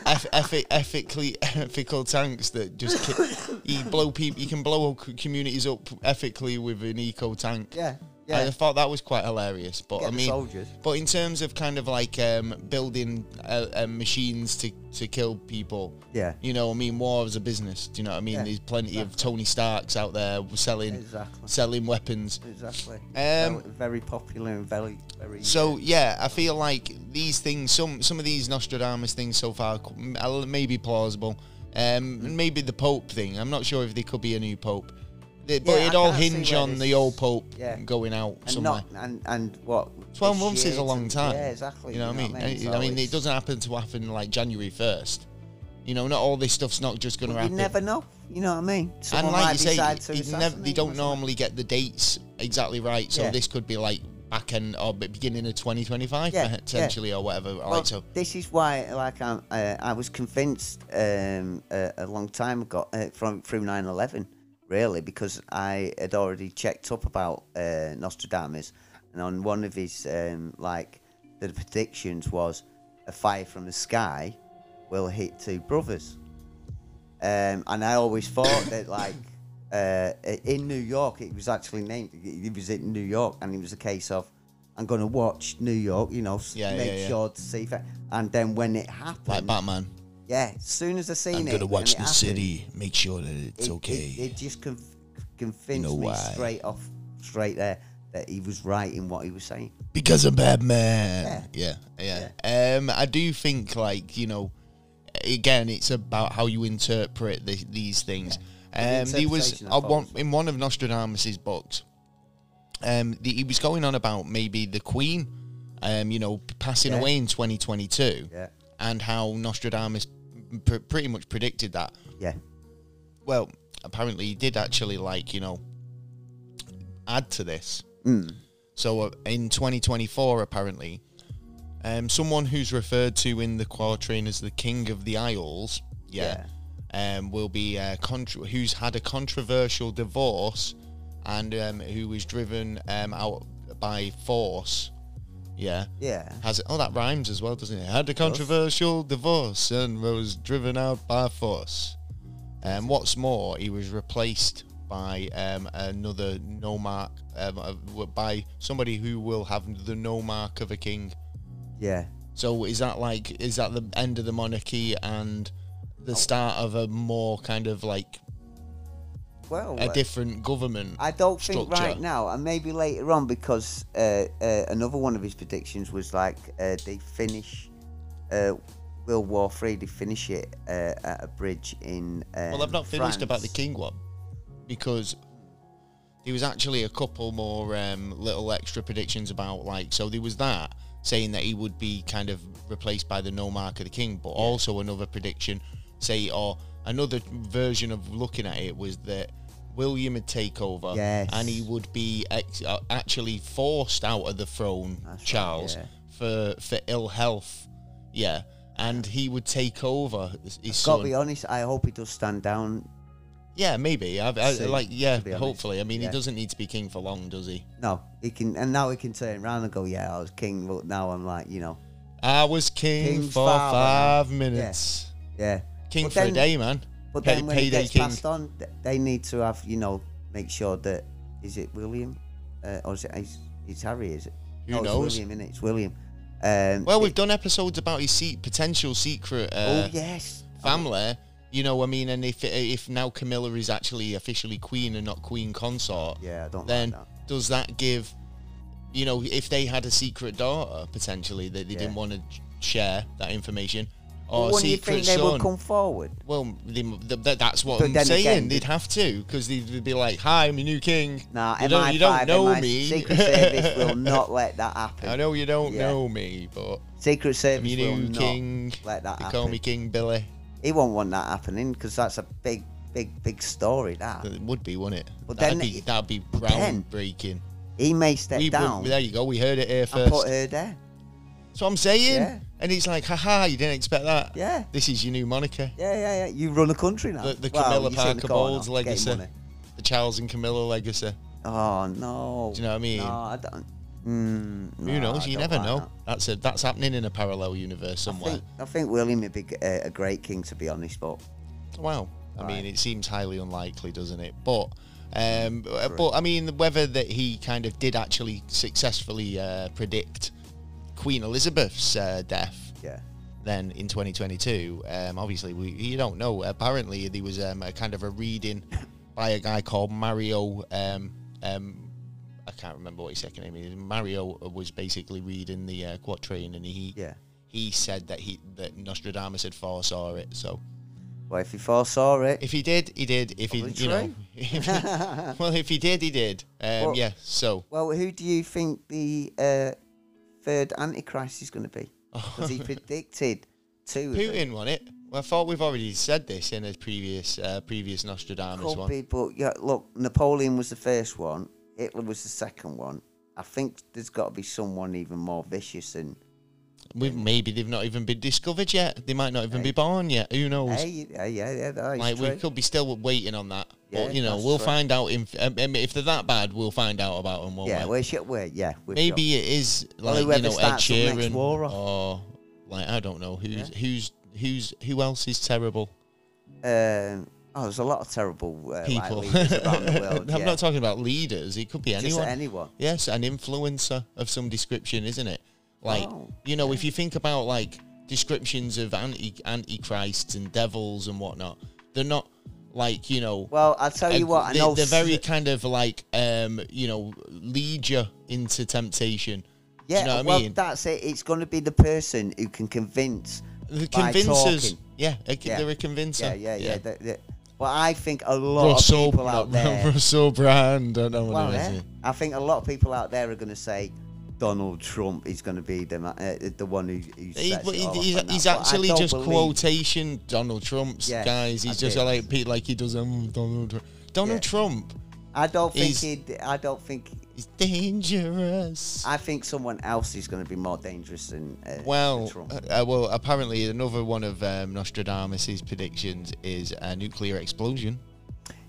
eff- effi- ethically ethical tanks that just ki- you blow people. You can blow c- communities up ethically with an eco tank. Yeah. I Yeah. thought that was quite hilarious, but Get I the mean, soldiers. but in terms of kind of like um, building uh, uh, machines to, to kill people, Yeah. you know, I mean, war is a business. Do you know what I mean? Yeah, There's plenty of Tony Starks out there selling Exactly. selling weapons. Exactly. Um, very, very popular and very very. So yeah, I feel like these things, some some of these Nostradamus things so far, c- uh, may be plausible. Um, Mm-hmm. and maybe the Pope thing. I'm not sure if they could be a new Pope, They- but Yeah, it I all can't see hinge where on the this- old Pope yeah. going out and somewhere. not and and what? 12 this months year is a to- long time. Yeah, exactly. You know what I mean? I- So I mean, it's- it doesn't happen to happen like January 1st. You know, not all this stuff's not just going to You happen. never know. You know what I mean? and Someone might like you say, decide to it nev- they don't assassinate him or something. normally get the dates exactly right. So Yeah. this could be like back end or be- beginning of 2025 Yeah, yeah. potentially or whatever. Well, like so. this is why, like, I'm, uh, I was convinced um, a, a long time ago uh, from through 9/11, really, because I had already checked up about uh, Nostradamus, and on one of his um, like the predictions was a fire from the sky will hit two brothers, um, and I always thought that like. Uh, in New York, it was actually named. It was in New York, and it was a case of, I'm going to watch New York, you know, s- Yeah, make yeah, yeah. sure to see that. And then when it happened, Like Batman. yeah, as soon as I seen I'm it, going to when watch it the happened, city, make sure that it's it- okay. It, it just conf- convinced know me why. straight off, straight there, that he was right in what he was saying. because I'm Batman. Yeah, yeah. Um, I do think like you know, again, it's about how you interpret the, these things. The Um, there was interpretation I of want in one of Nostradamus's books. um, the, he was going on about maybe the Queen, um, you know, p- passing Yeah. away in 2022, Yeah. and how Nostradamus pr- pretty much predicted that. Yeah. Well, apparently he did actually like you know add to this. Mm. So uh, in 2024, apparently, um, someone who's referred to in the quatrain as the King of the Isles, yeah, um, will be uh, contr who's had a controversial divorce and um, who was driven um, out by force, yeah. Yeah. Has oh that rhymes as well, doesn't it? Had a controversial divorce and was driven out by force. And what's more, he was replaced by um, another no mark um, uh, w- by somebody who will have the no mark of a king. Yeah. So is that like is that the end of the monarchy and the start of a more kind of like Well, a uh, different government? I don't think structure. right now, and maybe later on, because uh, uh, another one of his predictions was like uh, they finish uh, World War Three. They finish it uh, at a bridge in. Um, Well, I've not finished France. about the King one because there was actually a couple more um, little extra predictions about like so there was that saying that he would be kind of replaced by the no mark of the king, but also another prediction say or another version of looking at it was that William would take over Yes. and he would be ex- uh, actually forced out of the throne, That's right, Charles, yeah. for for ill health, yeah, and he would take over his his Gotta son. be honest. I hope he does stand down. Yeah, maybe. I've, I, See, like, yeah, to be honest. hopefully. I mean, Yeah. he doesn't need to be king for long, does he? No, he can, and now he can turn around and go, "Yeah, I was king, but now I'm like, you know, I was king King's for father. five minutes. yeah." King But for a then- day, man. But Pay- then when payday it gets king. passed on, th- they need to have, you know, make sure that is it William uh, or is it it's, it's Harry? Is it? Who no, knows? It's William, innit? It's William. Um, Well, we've done episodes about his seat, potential secret uh, oh yes, family. You know, I mean, and if uh, if now Camilla is actually officially queen and not queen consort, yeah. I don't then like that. does that give, you know, if they had a secret daughter potentially that they didn't Yeah. want to share that information, But or wouldn't you oh, secret think they son? would come forward? Well, they, th th- that's what But I'm then saying. again- they'd have to because they'd, they'd be like, "Hi, I'm your new king. Nah, you MI5, don't, you don't know MI me. Secret Service (laughs) will not let that happen. I know you don't Yeah. know me, but Secret I'm Service your will new not king. let that They happen. call me King Billy. He won't want that happening because that's a big, big, big story. That It would be, wouldn't it? But that'd then be it- that'd be but then- groundbreaking. he may step We, down we, there you go. We heard it here and first. put her there. So I'm saying, Yeah. and it's like, haha, you didn't expect that. Yeah. This is your new moniker, Yeah, yeah, yeah. You run a country now. The- the Well, Camilla you sit in Parker the corner, Bowles get legacy. money. the Charles and Camilla legacy. Oh no. Do you know what I mean? No, I don't. Mm, Who no, knows? I You don't never like know. that. That's a, that's happening in a parallel universe I somewhere. think, I think William would be uh, a great king, to be honest. But Wow. I Right. mean, it seems highly unlikely, doesn't it? But, um, but I mean, whether that he kind of did actually successfully uh, predict Queen Elizabeth's uh, death, yeah, then in 2022, um, obviously we you don't know. Apparently, there was um, a kind of a reading by a guy called Mario. Um, um, I can't remember what his second name is. Mario was basically reading the uh, quatrain, and he yeah. he said that he that Nostradamus had foresaw it. So. Well, if he foresaw it, If he did, he did. If he, Probably you know, (laughs) if he- (laughs) well, if he did, he did. Um, Well- yeah. So well, who do you think the uh, third Antichrist is going to be? Oh. Because he (laughs) predicted two. of them. Putin won it. Well, I thought we've already said this in a previous uh, previous Nostradamus Could one. be, but yeah, look, Napoleon was the first one. Hitler was the second one. I think there's got to be someone even more vicious than. We've, maybe they've not even been discovered yet. They might not even be born yet. Who knows? Hey, yeah, yeah, yeah. That is like true. Oh, we could be still waiting on that. Yeah, but you know, that's we'll true. find out if um, um, if they're that bad. We'll find out about them. Won't Yeah, we? we're shit. We're yeah. We're Maybe it is Well, like you whoever know Ed starts up next Sheeran war off. or like I don't know who's Yeah. who's who's who else is terrible. Um, oh, there's a lot of terrible uh, people. Like, leaders (laughs) around the world. I'm yeah. not talking about leaders. It could be Just anyone. anyone. yes, an influencer of some description, isn't it? Like Oh, you know, if you think about like descriptions of anti antichrists and devils and whatnot, they're not like you know. Well, I'll tell you uh, what. I they, know. they're very s- kind of like um, you know lead you into temptation. Do Yeah. you know what well, I mean? that's it. It's going to be the person who can convince. The by convincers, talking. yeah, a, Yeah. they're a convincer. Yeah, yeah, yeah. The, the, But I think a lot Russell, of people (laughs) out there. Russell Brand. I don't know Well, what it is. yeah. I think a lot of people out there are going to say Donald Trump is going to be the ma- uh, the one who. who He, sets but it he- all off he's, and that, he's but I actually don't just believe- quotation Donald Trump's Yeah, guys. He's I just do. like Pete, like he does. Um, Donald Trump. Donald Yeah. Trump I don't think he's- he'd, I don't think. is dangerous. I think someone else is going to be more dangerous than. Uh, than well, Trump. uh, well, apparently another one of um, Nostradamus's predictions is a nuclear explosion.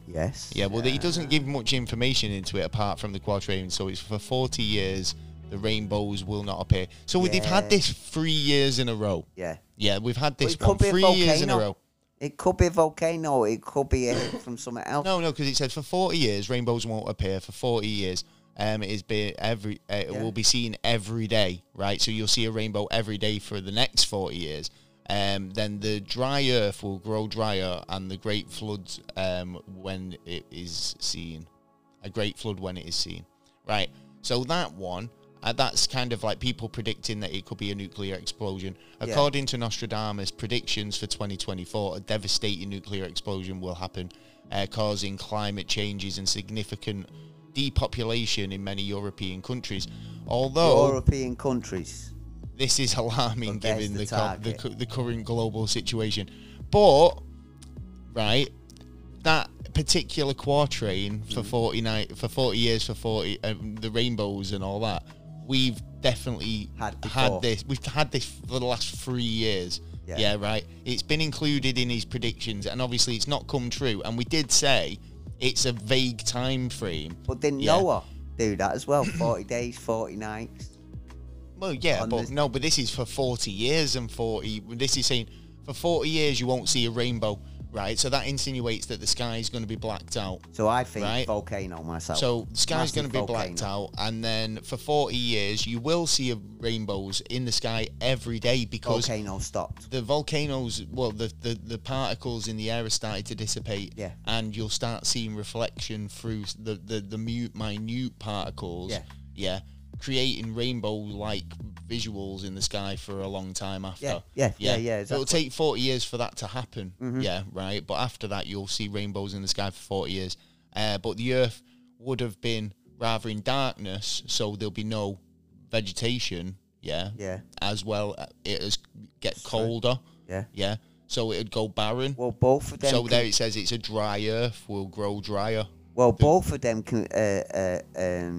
yes. Yeah, well, he doesn't give much information into it apart from the quatrain. So it's for 40 years the rainbows will not appear. So they've had Yeah. this three years in a row. Yeah. Yeah, we've had But this it could one be a three years in a volcano. row. It could be a volcano. It could be a hit (coughs) from somewhere else. No, no, because it said for 40 years rainbows won't appear for 40 years. Um, it is be every uh, it Yeah. will be seen every day, right? So you'll see a rainbow every day for the next 40 years. Um, then the dry earth will grow drier, and the great floods um, when it is seen, a great flood when it is seen, right? So that one, uh, that's kind of like people predicting that it could be a nuclear explosion. Yeah. According to Nostradamus, predictions for 2024, a devastating nuclear explosion will happen, uh, causing climate changes and significant depopulation in many European countries. Although European countries. this is (laughs) alarming But there's given the the, co- the, target. cu- the current global situation. But, right, that particular quatrain Mm. for 49 for 40 years for 40 um, the rainbows and all that we've definitely Had before. this we've had this for the last three years yeah. Yeah. right it's been included in his predictions and obviously it's not come true and we did say it's a vague time frame But didn't Yeah. Noah do that as well? 40 days, 40 nights. Well, yeah, on but this- no, but this is for 40 years and 40. This is saying for 40 years you won't see a rainbow, right? So that insinuates that the sky is going to be blacked out. So I think Right. volcano myself. So the sky's Massive going to be blacked volcano. out, and then for 40 years you will see a rainbows in the sky every day because Volcano stopped. the volcanoes, well, the, the the particles in the air are starting to dissipate, Yeah. and you'll start seeing reflection through s- the the the mute, minute particles, Yeah. yeah, creating rainbow-like visuals in the sky for a long time after. Yeah, yeah, yeah, yeah, It'll exactly. Mm-hmm. take forty years for that to happen, yeah, right. But after that, you'll see rainbows in the sky for forty years. Uh, but the Earth would have been rather in darkness, so there'll be no vegetation, yeah, Yeah, as well. uh, It has get colder. yeah. Yeah. So it'd go barren. Well, both of them. so can- there it says it's a dry earth will grow drier. well, both of them can, uh, uh, um,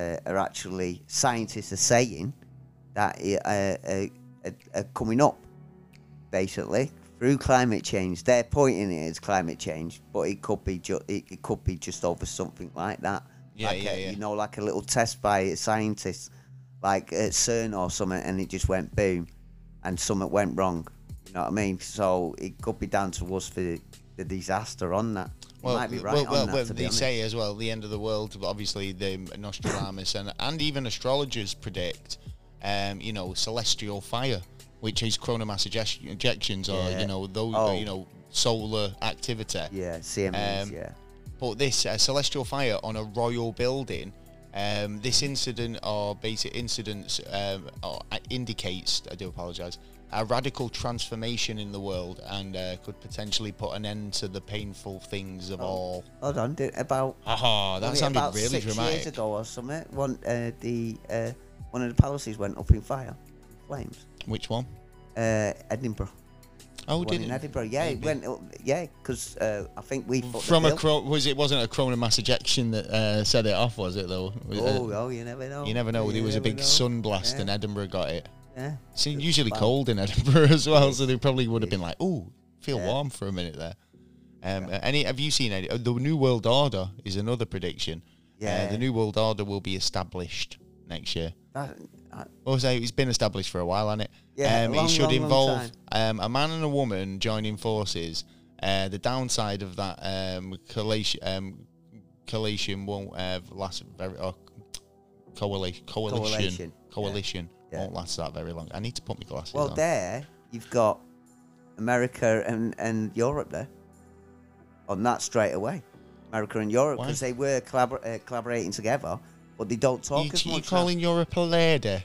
uh, are actually scientists are saying that uh, uh, uh, are coming up, basically through climate change. They're pointing it as climate change, but it could be ju- it, it could be just over something like that. Yeah, like yeah, a, yeah. You know, like a little test by a scientist, like at CERN or something, and it just went boom, and something went wrong. You know what I mean? So it could be down to us for the disaster on that. You might be right well, on well, that. well, to be they honest. say as well the end of the world. Obviously, the Nostradamus and and even astrologers predict, um, you know, celestial fire, which is chronomass eject- ejections or Yeah. you know those Oh. you know solar activity. yeah, CMEs, um, yeah. But this uh, celestial fire on a royal building, um, this incident or basic incidents um, or uh, indicates, I do apologise, a radical transformation in the world and uh, could potentially put an end to the painful things of all. Hold on, did, about Oh. Aha, that was it sounded about really six years dramatic. ago or something. One uh, the uh, one of the palaces went up in fire, flames. Which one? Uh, Edinburgh. Oh, one did in it? Edinburgh. Yeah, it Maybe. went up. Yeah, because uh, I think we put the From a bill. cro- was it wasn't a chronomass ejection that uh, set it off, was it though? Was it- Oh, oh, you never know. you never know. There was a never big know. sun blast Yeah, and Edinburgh got it. yeah. It's usually bad. cold in Edinburgh as well, so they probably would have been like, "Oh, feel Yeah. warm for a minute there." Um, uh, Any? Have you seen any? uh, The New World Order is another prediction. Uh, Yeah. the New World Order will be established next year. That, that, Well, so it's been established for a while, hasn't it? Yeah, a Um, long, it should long, long involve um, a man and a woman joining forces. Uh, the downside of that um, collation, um, collation won't uh, last very. Or coalition, coalition, Coalition, coalition, yeah. Yeah. won't last that very long. I need to put my glasses well, on. there you've got America and, and Europe there on that straight away. America and Europe Why? because they were collabor- uh, collaborating together, but they don't talk you, as you much. now. E calling Europe a (clears throat) lady?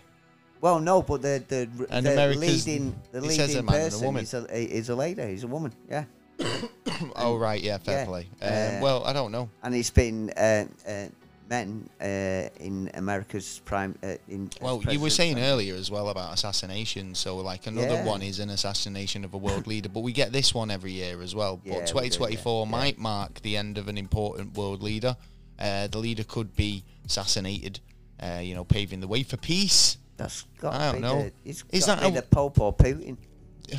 Well, no, but the the, And the America's- leading the it says a leading man and a person woman. is a is a lady. He's a woman. Yeah. oh right, yeah, fair Yeah, play. Um, uh, well, I don't know. and it's been uh, uh, men uh, in America's prime. Uh, in as Well, you were president. saying earlier as well about assassinations. So, like, another Yeah. one is an assassination of a world leader, but we get this one every year as well. Yeah, we do, but yeah, 2024 might mark the end of an important world leader. Uh, the leader could be assassinated, uh, you know, paving the way for peace. (laughs) That's got I don't to be know. The, it's Is is got that to be a- the Pope or Putin?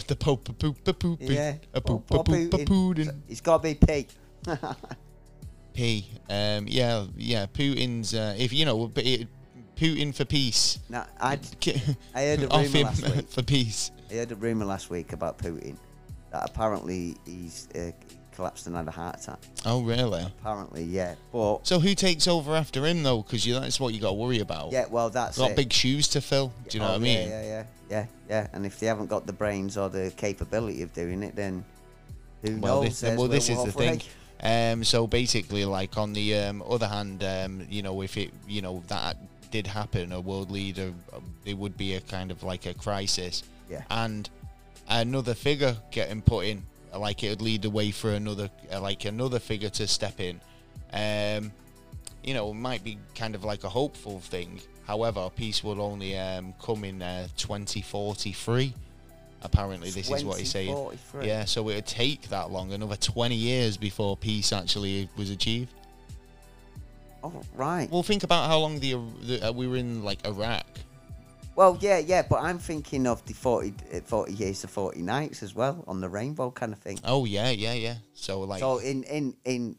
The Pope, a poop, a poop, Yeah, a poop, Pope a or poop, a Putin. Putin. It's got to be (laughs) P. P. Um, yeah, yeah, Putin's, uh, if you know, but it- Putin for peace. Now, I I heard a (laughs) Off rumour him last week. for peace. I heard a rumor last week about Putin that apparently he's uh, collapsed and had a heart attack. Oh, really? Apparently, yeah. But So who takes over after him though? Because that's what you got to worry about. yeah, well, that's got it. big shoes to fill. Do you know Oh, what I mean? Yeah, yeah, yeah, yeah, yeah. And if they haven't got the brains or the capability of doing it, then who Well, knows? this, There's well, this World is War the thing. Three. Um, so basically, like on the um, other hand, um, you know, if it, you know, that did happen, a world leader, um, it would be a kind of like a crisis. Yeah. And another figure getting put in, uh, like it would lead the way for another, uh, like another figure to step in. Um, you know, might be kind of like a hopeful thing. However, peace will only um, come in uh, 2043. Apparently, this is what he's saying. 2043. Yeah, so it would take that long, another 20 years before peace actually was achieved. Oh, right. Well, think about how long the, the uh, we were in like Iraq. Well, yeah, yeah, but I'm thinking of the 40, uh, 40 years to 40 nights as well on the rainbow kind of thing. Oh yeah, yeah, yeah. So like So, in, in, in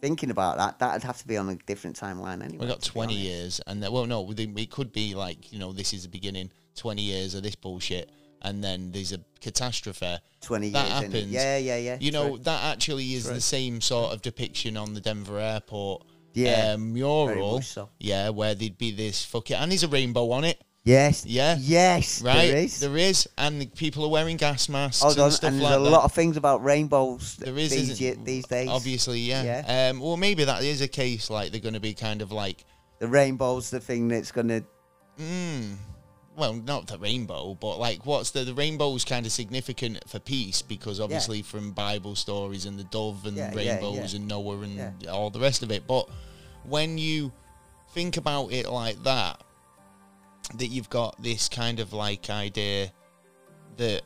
thinking about that, that'd have to be on a different timeline anyway. we got to be 20 honest. years, and then well, no, we- it could be like you know this is the beginning. 20 years of this bullshit, and then there's a catastrophe. 20 That years. innit? happens. Yeah, yeah, yeah. You know, true. that actually is the Correct. same sort of depiction on the Denver airport Yeah, uh, mural. much so. Yeah, where there'd be this fucking. And there's a rainbow on it, Yes. Yeah. Yes. right? There is. And the people are wearing gas masks Hold and on, stuff and there's like a that. lot of things about rainbows there is these, isn't- ye- these days. Obviously, yeah. Yeah. Um, well, maybe that is a case like they're going to be kind of like, The rainbow's the thing that's going to. mm, well, not the rainbow, but like what's the the rainbow's kind of significant for peace because obviously from Bible stories and the dove and Yeah, yeah, rainbows yeah. and Noah and all the rest of it. But when you think about it like that, that you've got this kind of like idea that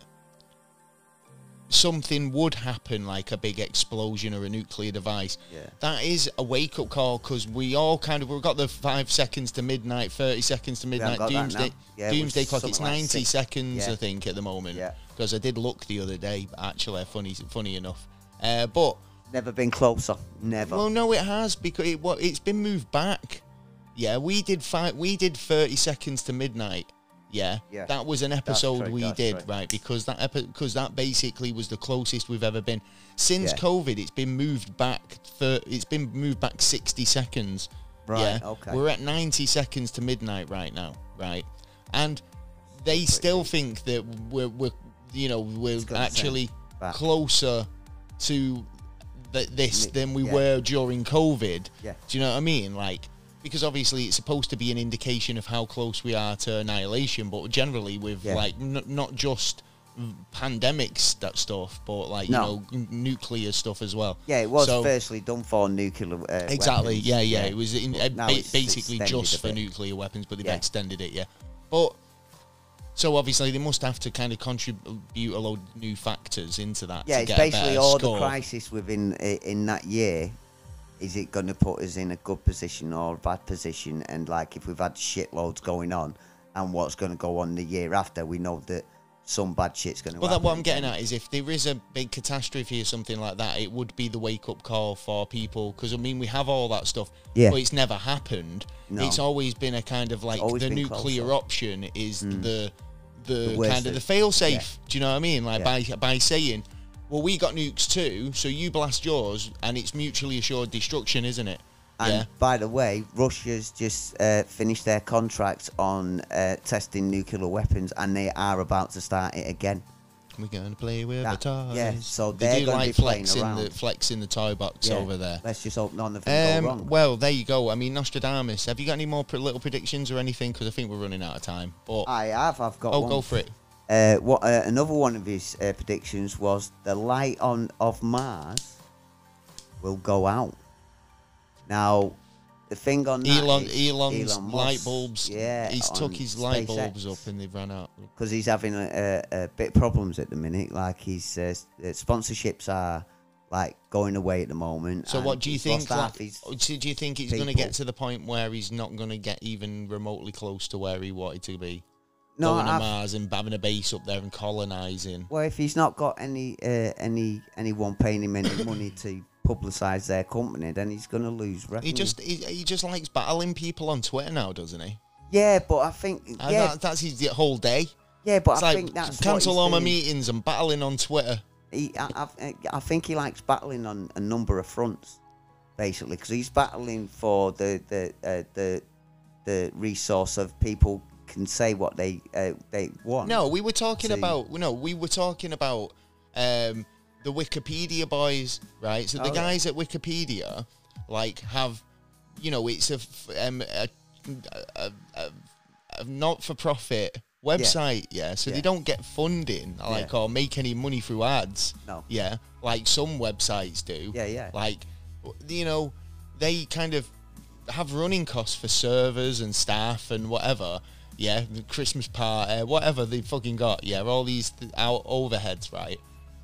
something would happen like a big explosion or a nuclear device Yeah. that is a wake-up call because we all kind of we've got the five seconds to midnight 30 seconds to midnight got that doomsday now. Yeah, we've doomsday clock it's something like 90 six. seconds Yeah. i think at the moment Yeah. because i did look the other day actually funny funny enough uh, but Never been closer. Never. well, no, it has because it, what it's been moved back. Yeah, we did five, we did thirty seconds to midnight. Yeah, Yeah. that was an episode true, we that's did true. right. because that epi- because that basically was the closest we've ever been since Yeah. COVID. It's been moved back. For, it's been moved back sixty seconds. Right, Yeah? okay. We're at ninety seconds to midnight right now. Right, and they still think that we're, we're you know we're gonna turn actually back. closer to th- this Mi- than we yeah. were during COVID. Yeah. Do you know what I mean? Like, because obviously it's supposed to be an indication of how close we are to annihilation, but generally with Yeah. like n- not just pandemics that stuff, but like No. you know n- nuclear stuff as well. yeah, it was So- firstly done for nuclear. Uh, Exactly. weapons. Yeah, yeah, It was in, uh, But now ba- it's basically extended just a for bit. nuclear weapons, but they've Yeah. extended it. Yeah, but so obviously they must have to kind of contribute a load of new factors into that. Yeah, to it's get a basically better all score. the crisis within i- in that year. Is it going to put us in a good position or a bad position? And like, if we've had shitloads going on, and what's going to go on the year after, we know that some bad shit's going to. Well, that what I'm getting at is if there is a big catastrophe or something like that, it would be the wake up call for people. Because I mean, we have all that stuff, Yeah. but it's never happened. No. It's always been a kind of like always the been nuclear closer. Hmm. option is the the, The worst kind of the thing. fail safe. Do you know what I mean? Like by by saying, well, we got nukes too, so you blast yours, and it's mutually assured destruction, isn't it? And yeah. by the way, Russia's just uh, finished their contract on uh, testing nuclear weapons, and they are about to start it again. We're gonna play with That- the toys. yeah, so they they're do gonna like be playing flexing the around. flexing the toy box Yeah, over there. Let's just hope none of them go Um, wrong. well, there you go. I mean, Nostradamus. Have you got any more pr- little predictions or anything? Because I think we're running out of time. But I have. I've got. oh, one. go for it. Uh, what uh, another one of his uh, predictions was the light on of Mars will go out. Now, the thing on that Elon, is Elon's Elon Musk, light bulbs. Yeah, he's on took his light SpaceX. bulbs up and they've ran out. because he's having a, a, a bit of problems at the minute. Like his uh, s- uh, sponsorships are like going away at the moment. So and what do you he's think? lost half Like, oh, his- do do you think he's going to people. get to the point where he's not going to get even remotely close to where he wanted to be? no, going to I- Mars and having a base up there and colonizing. well, if he's not got any uh, any anyone paying him any money to publicise their company, then he's going to lose revenue. He just he, he just likes battling people on Twitter now, doesn't he? yeah, but I think Uh, yeah, that, that's his whole day. yeah, but It's I like think that's cancel what all he's my doing. meetings and battling on Twitter. he, I, I, I think he likes battling on a number of fronts, basically, because he's battling for the the uh, the the resource of people can say what they uh, they want. No, we were talking See. about no, we were talking about um, the Wikipedia boys, right? So the Oh, yeah. guys at Wikipedia, like, have you know, it's a f- um, a, a, a, a not-for-profit website, yeah. So they Yeah. don't get funding, like, or make any money through ads, No. yeah, like some websites do, Yeah, yeah. Like, w- you know, they kind of have running costs for servers and staff and whatever. Yeah, the Christmas party, whatever they fucking got. Yeah, all these th- out overheads, right?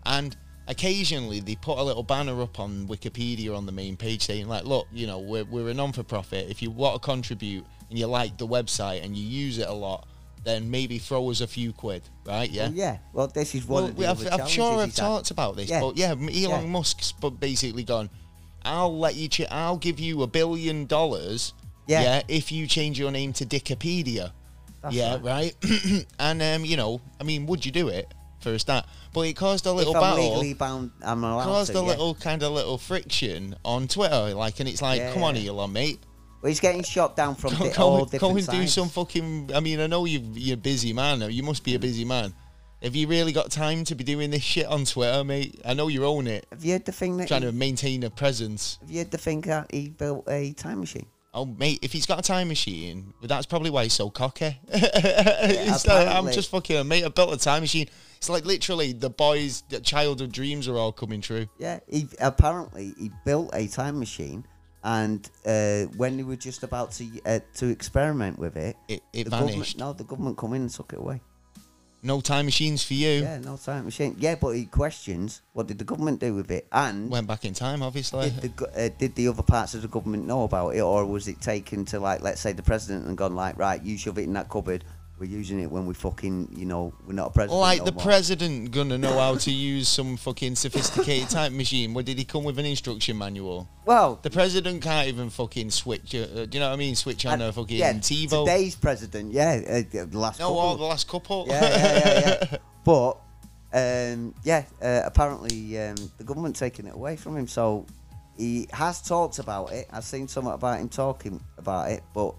And occasionally they put a little banner up on Wikipedia on the main page saying, like, look, you know, we're, we're a non for profit. If you want to contribute and you like the website and you use it a lot, then maybe throw us a few quid, right? Yeah. Well, yeah. Well, this is one Well, of the we- other I've, I'm challenges sure I've he's had. talked about this, Yeah. but yeah, m- Elon Yeah. Musk's but basically gone. I'll let you. Ch- I'll give you a billion dollars. Yeah. if you change your name to Dickopedia. That's yeah, right. right. (clears throat) and um, you know, I mean, would you do it for a start? But it caused a If little I'm battle legally bound, I'm allowed caused to, a yeah. little kind of little friction on Twitter, like, and it's like, Yeah, come on, yeah. Elon, mate, Well, he's getting shot down from go, di- go, all and- different go and do sides. some fucking. I mean, I know you you're a busy man. You must be a busy man. Have you really got time to be doing this shit on Twitter, mate? I know you own it, Have you heard the thing that? trying He, to maintain a presence. have you heard the thing that he built a time machine? Oh, mate, if he's got a time machine, well, that's probably why he's so cocky. (laughs) It's like, I'm apparently. just fucking, mate, I built a time machine. It's like literally the boys' the childhood dreams are all coming true. Yeah, he apparently he built a time machine, and uh, when they were just about to uh, to experiment with it, It, it the vanished. government no, the government come in and took it away. No time machines for you. Yeah, no time machine. Yeah, but he questions what did the government do with it, and Went back in time, obviously. did the go- uh, did the other parts of the government know about it, or was it taken to like let's say the president and gone like right, you shove it in that cupboard. We're using it when we fucking, you know, we're not a president. like no the more." president gonna know how (laughs) to use some fucking sophisticated type machine? Where did he come with an instruction manual? Well, The president can't even fucking switch. Uh, uh, do you know what I mean? Switch on and- a fucking yeah, TiVo. Today's president, yeah, uh, the last no, couple all of- the last couple. yeah, yeah, yeah, yeah. But um, yeah, uh, apparently um, the government taking it away from him. So he has talked about it. I've seen something about him talking about it, but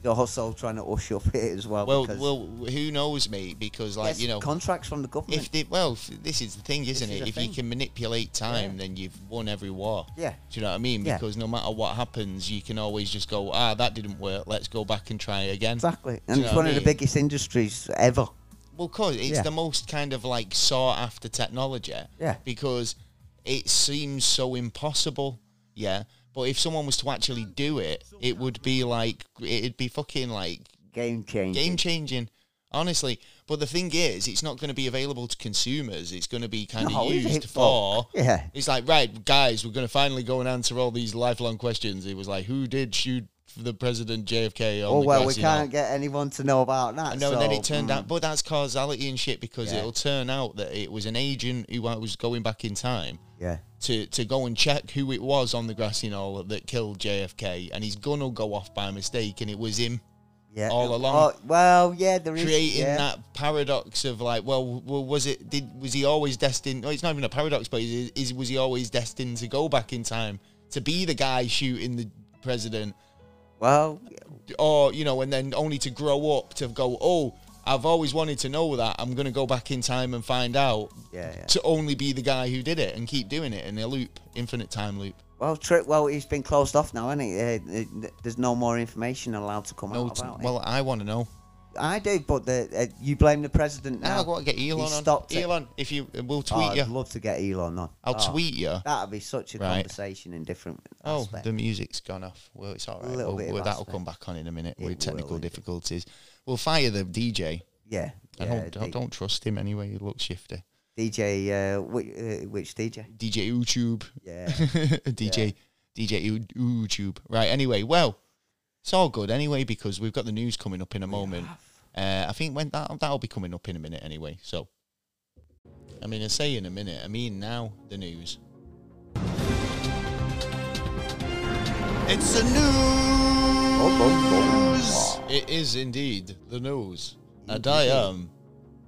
he's also trying to hush up (laughs) it as well. (laughs) well, because well, who knows, mate? Because he like gets you know, contracts from the government. if they, well, f- this is the thing, isn't is it? the if thing. you can manipulate time, Yeah. then you've won every war. Yeah. Do you know what I mean? Yeah. Because no matter what happens, you can always just go, ah, that didn't work. Let's go back and try again. Exactly, you and know it's what one I of the mean? biggest industries ever. Well, cause it's Yeah. the most kind of like sought after technology. Yeah. Because it seems so impossible. Yeah. But if someone was to actually do it, it would be like it'd be fucking like Game changer. game changing. Honestly, but the thing is, it's not going to be available to consumers. It's going to be kind No, of it's used hip for. hop. Yeah. It's like, right, guys, we're going to finally go and answer all these lifelong questions. It was like, who did shoot the president JFK? on Oh the well, we grassy knoll? can't get anyone to know about that. No, so, and then it turned mm, out, but that's causality and shit because Yeah. it'll turn out that it was an agent who was going back in time Yeah, to, to go and check who it was on the grassy knoll that killed JFK, and his gun will go off by mistake, and it was him yeah. All Oh, along. well, yeah, there is creating yeah. that paradox of like, well, well, was it did was he always destined? Well, it's not even a paradox, but is, is was he always destined to go back in time to be the guy shooting the president? Well, or you know, and then only to grow up to go, oh, I've always wanted to know that. I'm gonna go back in time and find out. Yeah, yeah. To only be the guy who did it and keep doing it in a loop, infinite time loop. Well, trip. Well, he's been closed off now, hasn't he? Uh, uh, there's no more information allowed to come No, out t- about well, I want to know. it. I do, but the, uh, you blame the president Now now. I want to get Elon He on. stopped it. Elon, if you, we'll Oh, tweet I'd you. love to get Elon on. I'll Oh, tweet you. That'd be such a Right. conversation in different Oh, aspects. the music's gone off. Well, it's all right. Little Well, bit of well, that'll aspect. come back on in a minute It with technical will, it- difficulties. We'll fire the DJ. yeah, I yeah. don't, I D- don't trust him anyway. He looks shifty. DJ, uh, which, uh, which DJ? DJ YouTube. (laughs) Yeah. DJ DJ U- YouTube. Right. Anyway, well, it's all good anyway because we've got the news coming up in a moment. Uh, I think when that that'll be coming up in a minute anyway. So, I mean, I say in a minute. I mean now the news. It's the news. Bum, bum, bum. It is indeed the news, and Indeed. I am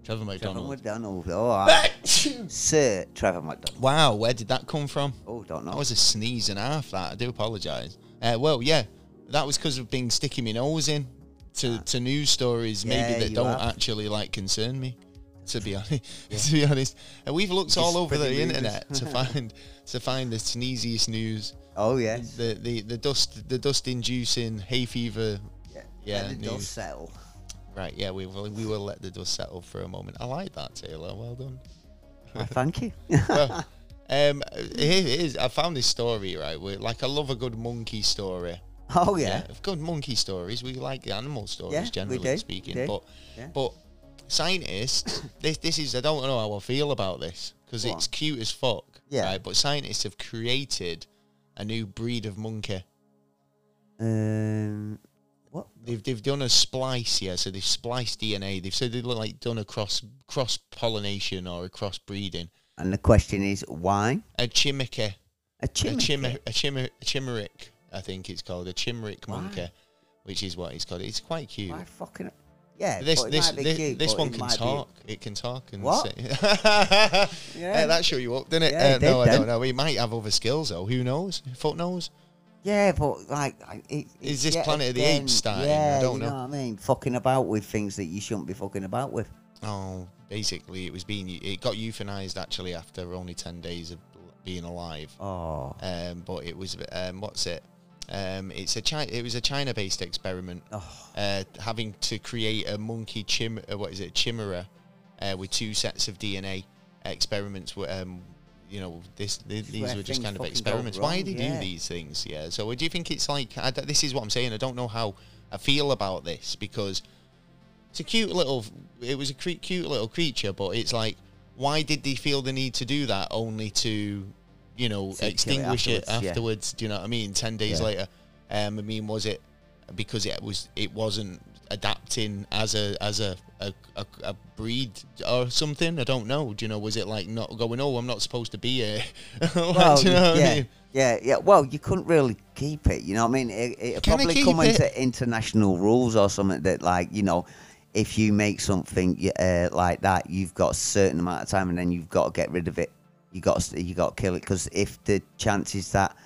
Trevor Trevor McDonald. McDonald. Oh, I- Sir Trevor McDonald. wow, where did that come from? Oh, don't know. That was a sneeze and a half. That I do apologise. Uh, well, yeah, that was because of being sticking my nose in to, to news stories maybe Ah. Yeah, that you don't have. actually like concern me. To be honest, (laughs) to be honest, and we've looked all over the spreading rumours. internet (laughs) to find to find the sneeziest news, oh, yes. the the, the dust the dust inducing hay fever. Yeah. yeah, And it does news. (laughs) settle. Right, yeah, we will we will let the dust settle for a moment. I like that, Taylor. Well (laughs) done. Oh, thank you. (laughs) Well, um, here it is. I found this story right. Where, like I love a good monkey story. oh, yeah. yeah. good monkey stories. We like the animal stories, Yeah, we generally do, we speaking. do, But yeah. but (coughs) scientists, this this is I don't know how I feel about this because Go it's on. cute as fuck. Yeah. Right, but scientists have created a new breed of monkey. Um, what? They've they've done a splice, yeah. So they've spliced DNA. They've said they've like done a cross cross pollination or a cross breeding. And the question is, why? A chimica, A a chimney. chim a chim a chimeric, I think it's called a chimeric Why? monkey, which is what it's called. It's quite cute. Why fucking. Yeah, This but it this might be this, cute, this but one it can might be- talk. It can talk and What? say- (laughs) yeah, Yeah. that showed you up, didn't it? Yeah, it uh, no, did I don't then. know. He might have other skills though. Who knows? Fuck knows. Yeah, but like, I- it, Is it's this yet Planet of the again- Apes starting? I Yeah, don't you know. know. what I mean. Fucking about with things that you shouldn't be fucking about with. Oh, basically, it was being it got euthanized actually after only ten days of being alive. Oh, Um, but it was um, what's it? Um, it's a China, it was a China-based experiment, oh. uh, having to create a monkey chim. Uh, what is it? Chimera, uh, with two sets of DNA experiments. were, Um, you know, this th- is these where were just things kind of fucking go experiments. Why wrong, do they do yeah. these things? Yeah. So do you think it's like? I d this is what I'm saying. I don't know how I feel about this because it's a cute little. It was a cre- cute little creature, but it's like, why did they feel the need to do that only to, you know, To kill it extinguish it afterwards? afterwards, yeah. Do you know what I mean? Ten days Yeah. later. Um, I mean, was it because it was it wasn't adapting as a as a a, a, a breed or something? I don't know. Do you know? Was it like not going? Oh, I'm not supposed to be here. (laughs) Like, do you know what yeah, I mean? yeah, yeah. Well, you couldn't really keep it. You know what I mean? It, it'll Can I probably keep come it? into international rules or something that, like, you know, if you make something y- uh, like that, you've got a certain amount of time, and then you've got to get rid of it. You got to, you got to kill it because if the chances that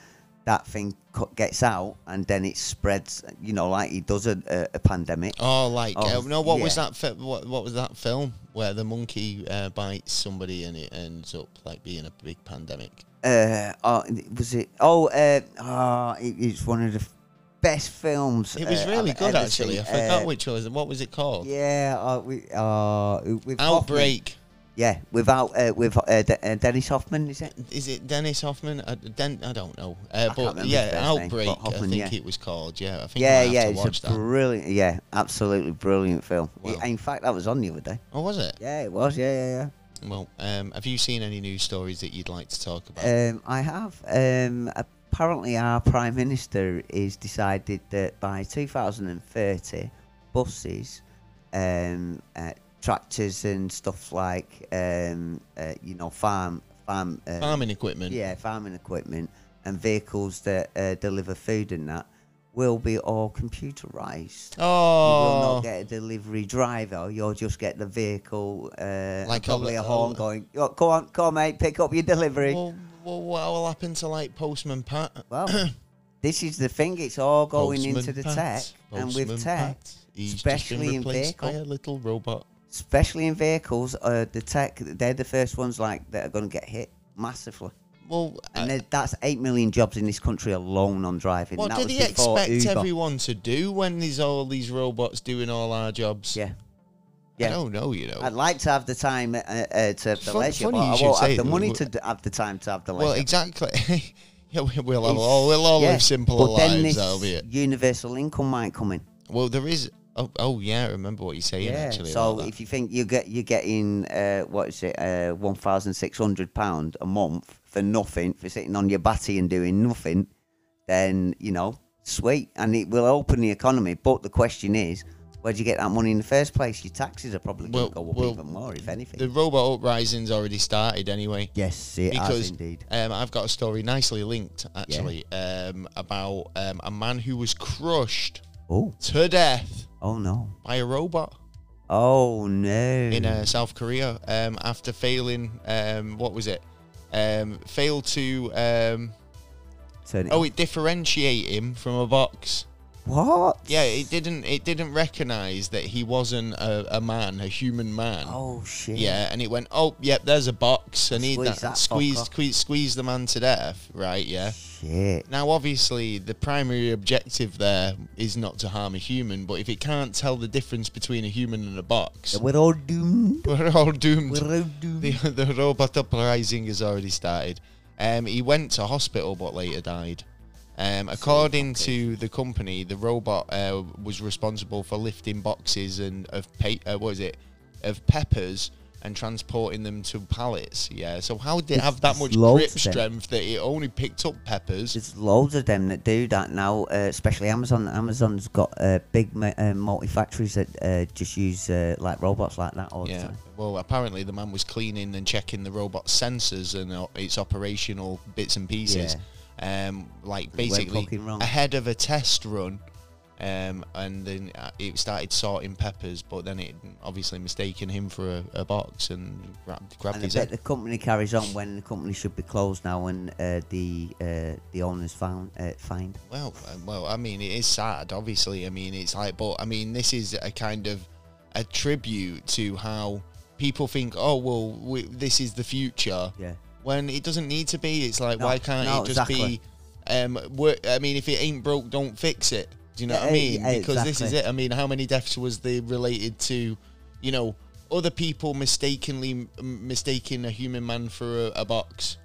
that thing co- gets out and then it spreads, you know, like he does a, a, a pandemic. Oh, like Oh, uh, no. What was yeah. that? Fi- what what was that film where the monkey uh, bites somebody and it ends up like being a big pandemic? Uh, oh, was it? Oh, uh, oh, it, it's one of the f- best films. It was uh, really I've good, ever actually. I seen. forgot Uh, which was. What was it called? Yeah, uh, we, uh, with Hoffman. Outbreak. Yeah, without uh, with uh, De- uh, Dennis Hoffman, is it? Is it Dennis Hoffman? I, Den- I don't know. Uh, can't remember but his yeah, first name, Outbreak. but Hoffman, I think yeah. it was called. Yeah, I think Yeah, I have yeah, to watch it's a that. brilliant, yeah, absolutely brilliant film. It- Wow. in fact, that was on the other day. oh, was it? Yeah, it was. Yeah, yeah, yeah. Well, um, have you seen any news stories that you'd like to talk about? Um, I have. Um, apparently, our Prime Minister has decided that by 2030, buses, um, uh, tractors, and stuff like um, uh, you know farm farm uh, Farming equipment. yeah farming equipment and vehicles that uh, deliver food and that will be all computerized. You will Oh, not get a delivery driver. You'll just get the vehicle, uh, and Like a probably a, li- a horn li- going. "Oh, Go on, go on, mate, pick up your delivery. well, well, what will happen to like Postman Pat? (coughs) Well, this is the thing. It's all going Postman into the Pat, tech, and Postman with tech, Pat, he's just especially been in replaced by vehicle- a little robot. especially in vehicles, uh, the tech they're the first ones like that are going to get hit massively. Well, And there- that's 8 million jobs in this country alone on driving. what that did was he before expect Uber. everyone to do when there's all these robots doing all our jobs? Yeah. I Yeah. don't know, you know. I'd like to have the time uh, uh, to have the Fun- leisure, funny but you I should won't say have the that. money Well- to d- have the time to have the leisure. well, exactly. (laughs) yeah, we, we'll have It's- all we'll all yeah. live simple but lives. then this That'll be it. universal income might come in. Well, there is. Oh, oh yeah, I remember what you're saying actually. So about that. if you think you get you're getting uh, what is it, uh, one thousand six hundred pound a month for nothing for sitting on your batty and doing nothing, then you know sweet, and it will open the economy. But the question is, where do you get that money in the first place? Your taxes are probably going Well, to go up well, even more, if anything. the robot uprising's already started anyway. yes, it has because indeed. um, I've got a story nicely linked actually um, about um, a man who was crushed Oh, to death oh no, by a robot oh no. in uh, South Korea um, after failing. Um, what was it? Um, failed to. Um, Turn it oh, off. it differentiate him from a box. what? Yeah, it didn't. It didn't recognise that he wasn't a, a man, a human man. Oh shit. Yeah, and it went, oh, yep, there's a box. I need Squeeze that. that squeeze, fucker. squeeze, squeeze the man to death, right? Yeah. Shit. Now, obviously, the primary objective there is not to harm a human, but if it can't tell the difference between a human and a box, We're all (laughs) doomed. we're all doomed. We're all doomed. The, (laughs) the robot uprising has already started. Um, he went to hospital but later died. Um, according to the company, the robot uh, was responsible for lifting boxes and of pa- uh, what is it of peppers and transporting them to pallets. Yeah. So how did it have that It's much loads grip of them. strength that it only picked up peppers? There's loads of them that do that now, uh, especially Amazon. Amazon's got uh, big ma- uh, multi factories that uh, just use uh, like robots like that all the Yeah. time. Well, apparently the man was cleaning and checking the robot's sensors and uh, its operational bits and pieces. Um, like went basically fucking wrong. ahead of a test run. Um, and then uh, it started sorting peppers, but then it obviously mistaken him for a, a box and grabbed, grabbed And I his bet head. the company carries on when the company should be closed now and uh, the uh, the owners found uh, fined. Well, uh, well, I mean, it is sad, obviously. I mean, it's like, but I mean, this is a kind of a tribute to how people think, oh, well, we, this is the future. Yeah. when it doesn't need to be. It's like No, why can't no, it just exactly. be? Um, work, I mean, if it ain't broke, don't fix it. Do you know Yeah, what I eh, mean? yeah, because this is exactly. it. I mean, how many deaths was they related to? You know, other people mistakenly m- mistaking a human man for a, a box.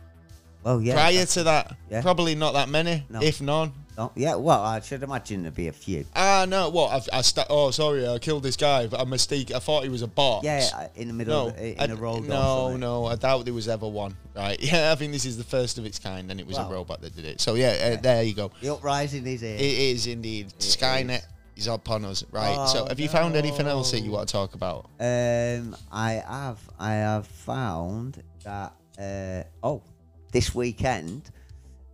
Well, yeah. Prior that's- to that, yeah. probably not that many, No. if none. no, Oh, yeah, well, I should imagine there'd be a few. Ah, no, what? I've, I sta- oh, sorry, I killed this guy. But I mistake. I thought he was a box. Yeah, uh, in the middle, No, of, the- I in d- a road. or no, something. no, I doubt there was ever one. Right? (laughs) Yeah, I think this is the first of its kind, and it was Wow. a robot that did it. So yeah, uh, there you go. The uprising is here. It is indeed Skynet is upon us. Right. so Oh, have you found anything else that you no. want to talk about? Um, I have I have found that uh, oh, this weekend,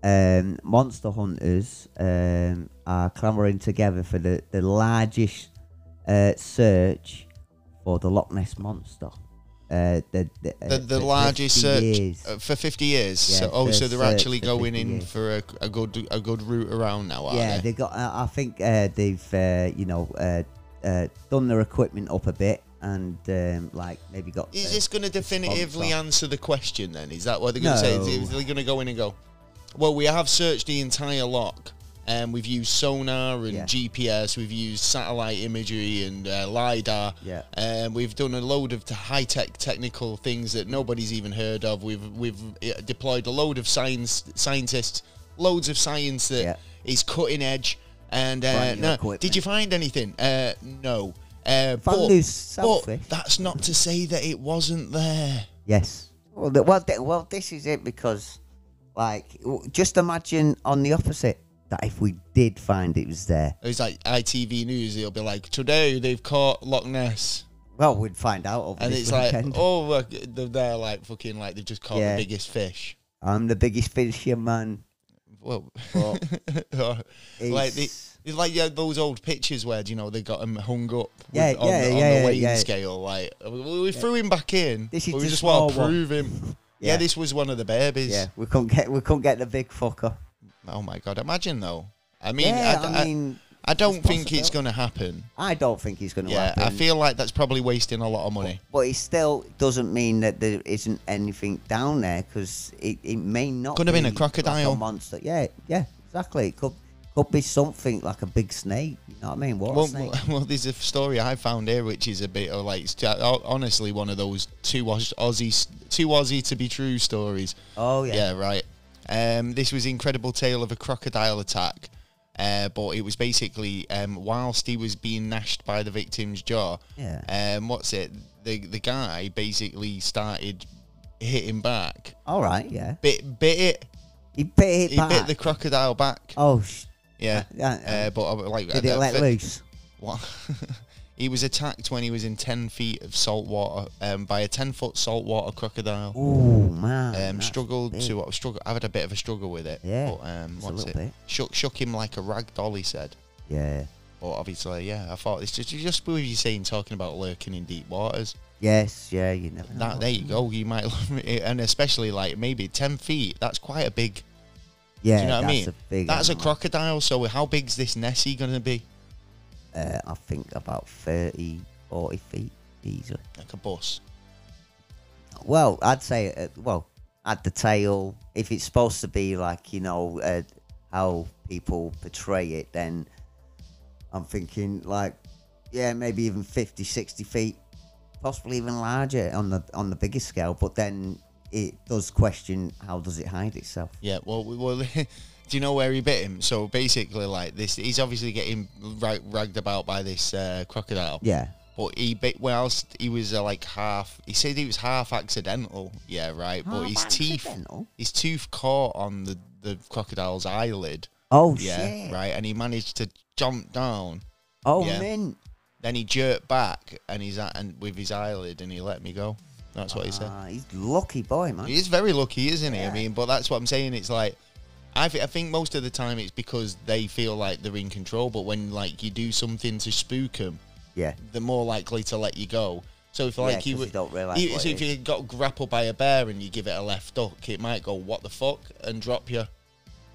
um, monster hunters um, are clamouring together for the the largest uh, search for the Loch Ness monster. Uh, the the, uh, The, for the largest 50 search years. uh, for 50 years. Yeah, so, oh, so first they're search actually for going 50 in years. for a, a good a good route around now, are yeah, they? they got. Uh, I think uh, they've uh, you know uh, uh, done their equipment up a bit and um, like maybe got. Is uh, this going to definitively sponsor. answer the question then? Is that what they're going to say? Is- No. Is they going to go in and go, well, we have searched the entire lock and we've used sonar and Yeah. GPS, we've used satellite imagery and uh, LiDAR. Yeah. And we've done a load of t- high-tech technical things that nobody's even heard of. We've we've uh, deployed a load of science scientists, loads of science that is Yeah. cutting edge. And uh, Brand new no, equipment. did you find anything? Uh, no. Uh, but, Value's selfish. but that's not to say that it wasn't there. Yes. Well, th- well, th- well, this is it because, like, w- just imagine on the opposite that if we did find it was there, It was like ITV News. It'll be like today they've caught Loch Ness, well, we'd find out. Over and this it's weekend. (laughs) like oh look, they're, they're like fucking like they've just caught Yeah. the biggest fish. I'm the biggest fisherman. Well, Well, (laughs) like the. it's- It's like yeah, those old pictures where you know they got him hung up with- Yeah, on, yeah, the, on yeah, the weighing yeah. scale. Like we, we threw him back in, This is but we the just want to small one. prove (laughs) him. Yeah. Yeah. this was one of the babies. Yeah, we couldn't get we couldn't get the big fucker. Oh my god, imagine though. I mean, Yeah, I, I, mean, I don't It's think it's possible. going to happen. I don't think he's going to Yeah, happen. I feel like that's probably wasting a lot of money. but it still doesn't mean that there isn't anything down there because it, it may not Could have been be a crocodile. like a monster. Yeah, yeah, exactly. It could could be something like a big snake. You know what I mean? What Well, snake? well, (laughs) well, there's a story I found here which is a bit of like, it's, uh, honestly, one of those two Aus- Aussie, s- two Aussie to be true stories. oh yeah. Yeah, right. Um, this was incredible tale of a crocodile attack, uh, but it was basically um, whilst he was being gnashed by the victim's jaw. Yeah. Um, what's it? The the guy basically started hitting back. All right. Yeah. Bit bit it. He bit it He back. bit the crocodile back. oh, sh- yeah. uh, uh, Uh, but I w- like did it uh, let fi- loose? What? (laughs) he was attacked when he was in ten feet of salt water um, by a ten foot saltwater crocodile. Oh man. Um, that's struggled big. to struggle. I've had a bit of a struggle with it. Yeah, But, um, just a what's little it? bit. Shook, shook him like a rag doll. He said. Yeah. But obviously, yeah, I thought it's just just what you saying talking about lurking in deep waters. Yes. Yeah. You never. Know. That there you mm. go. You might, and especially like maybe ten feet. That's quite a big. Yeah. do you know what that's I mean? a big. that's a animal. crocodile. So how big's this Nessie gonna be? Uh, I think about 30, 40 feet. Easily. Like a bus. Well, I'd say, uh, well, at the tail, if it's supposed to be like, you know, uh, how people portray it, then I'm thinking like, yeah, maybe even 50, 60 feet, possibly even larger on the on the bigger scale. But then it does question how does it hide itself? Yeah, well, we- well, (laughs) do you know where he bit him? So basically, like this, he's obviously getting rag- ragged about by this uh, crocodile. Yeah. But he, bit, whilst he was uh, like half, he said he was half accidental. Yeah, right. but his Half teeth, accidental? his tooth caught on the the crocodile's eyelid. Oh, Yeah, shit. right. And he managed to jump down. Oh, Yeah. mint. Then he jerked back, and he's at, and with his eyelid, and he let me go. That's what he said. Ah, he's lucky boy, man. He is very lucky, isn't he? I mean, but that's what I'm saying. It's like, I, th- I think most of the time it's because they feel like they're in control. But when like you do something to spook them, Yeah. they're more likely to let you go. So if like 'cause you they would, don't realise you- what so it if you got grappled by a bear and you give it a left duck, it might go what the fuck and drop you.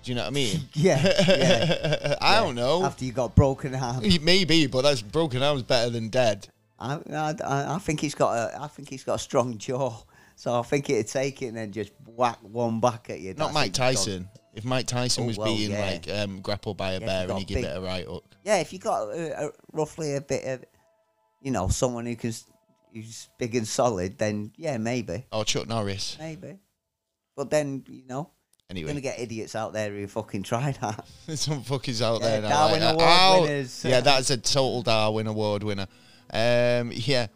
Do you know what I mean? Yeah. (laughs) (laughs) yeah. I don't know. After you got broken arm. (laughs) Maybe, but that's broken arm's better than dead. I, I, I- I think he's got a, I think he's got a strong jaw, so I think it'd take it and then just whack one back at you. Not That's Mike it, done. Tyson. If Mike Tyson Oh, was well, being yeah. like um, grappled by a Yeah, bear he's and got he give big- it a right hook. Yeah, if you got a, a, roughly a bit of, you know, someone who can, s- who's big and solid, then yeah, maybe, Or Chuck Norris. maybe. But then you know, you're Anyway, gonna get idiots out there who fucking try (laughs) that. (laughs) some fuckers out Yeah, there now. Darwin like, Award "Ow!" winners. Yeah, that's a total Darwin Award winner. Um, yeah,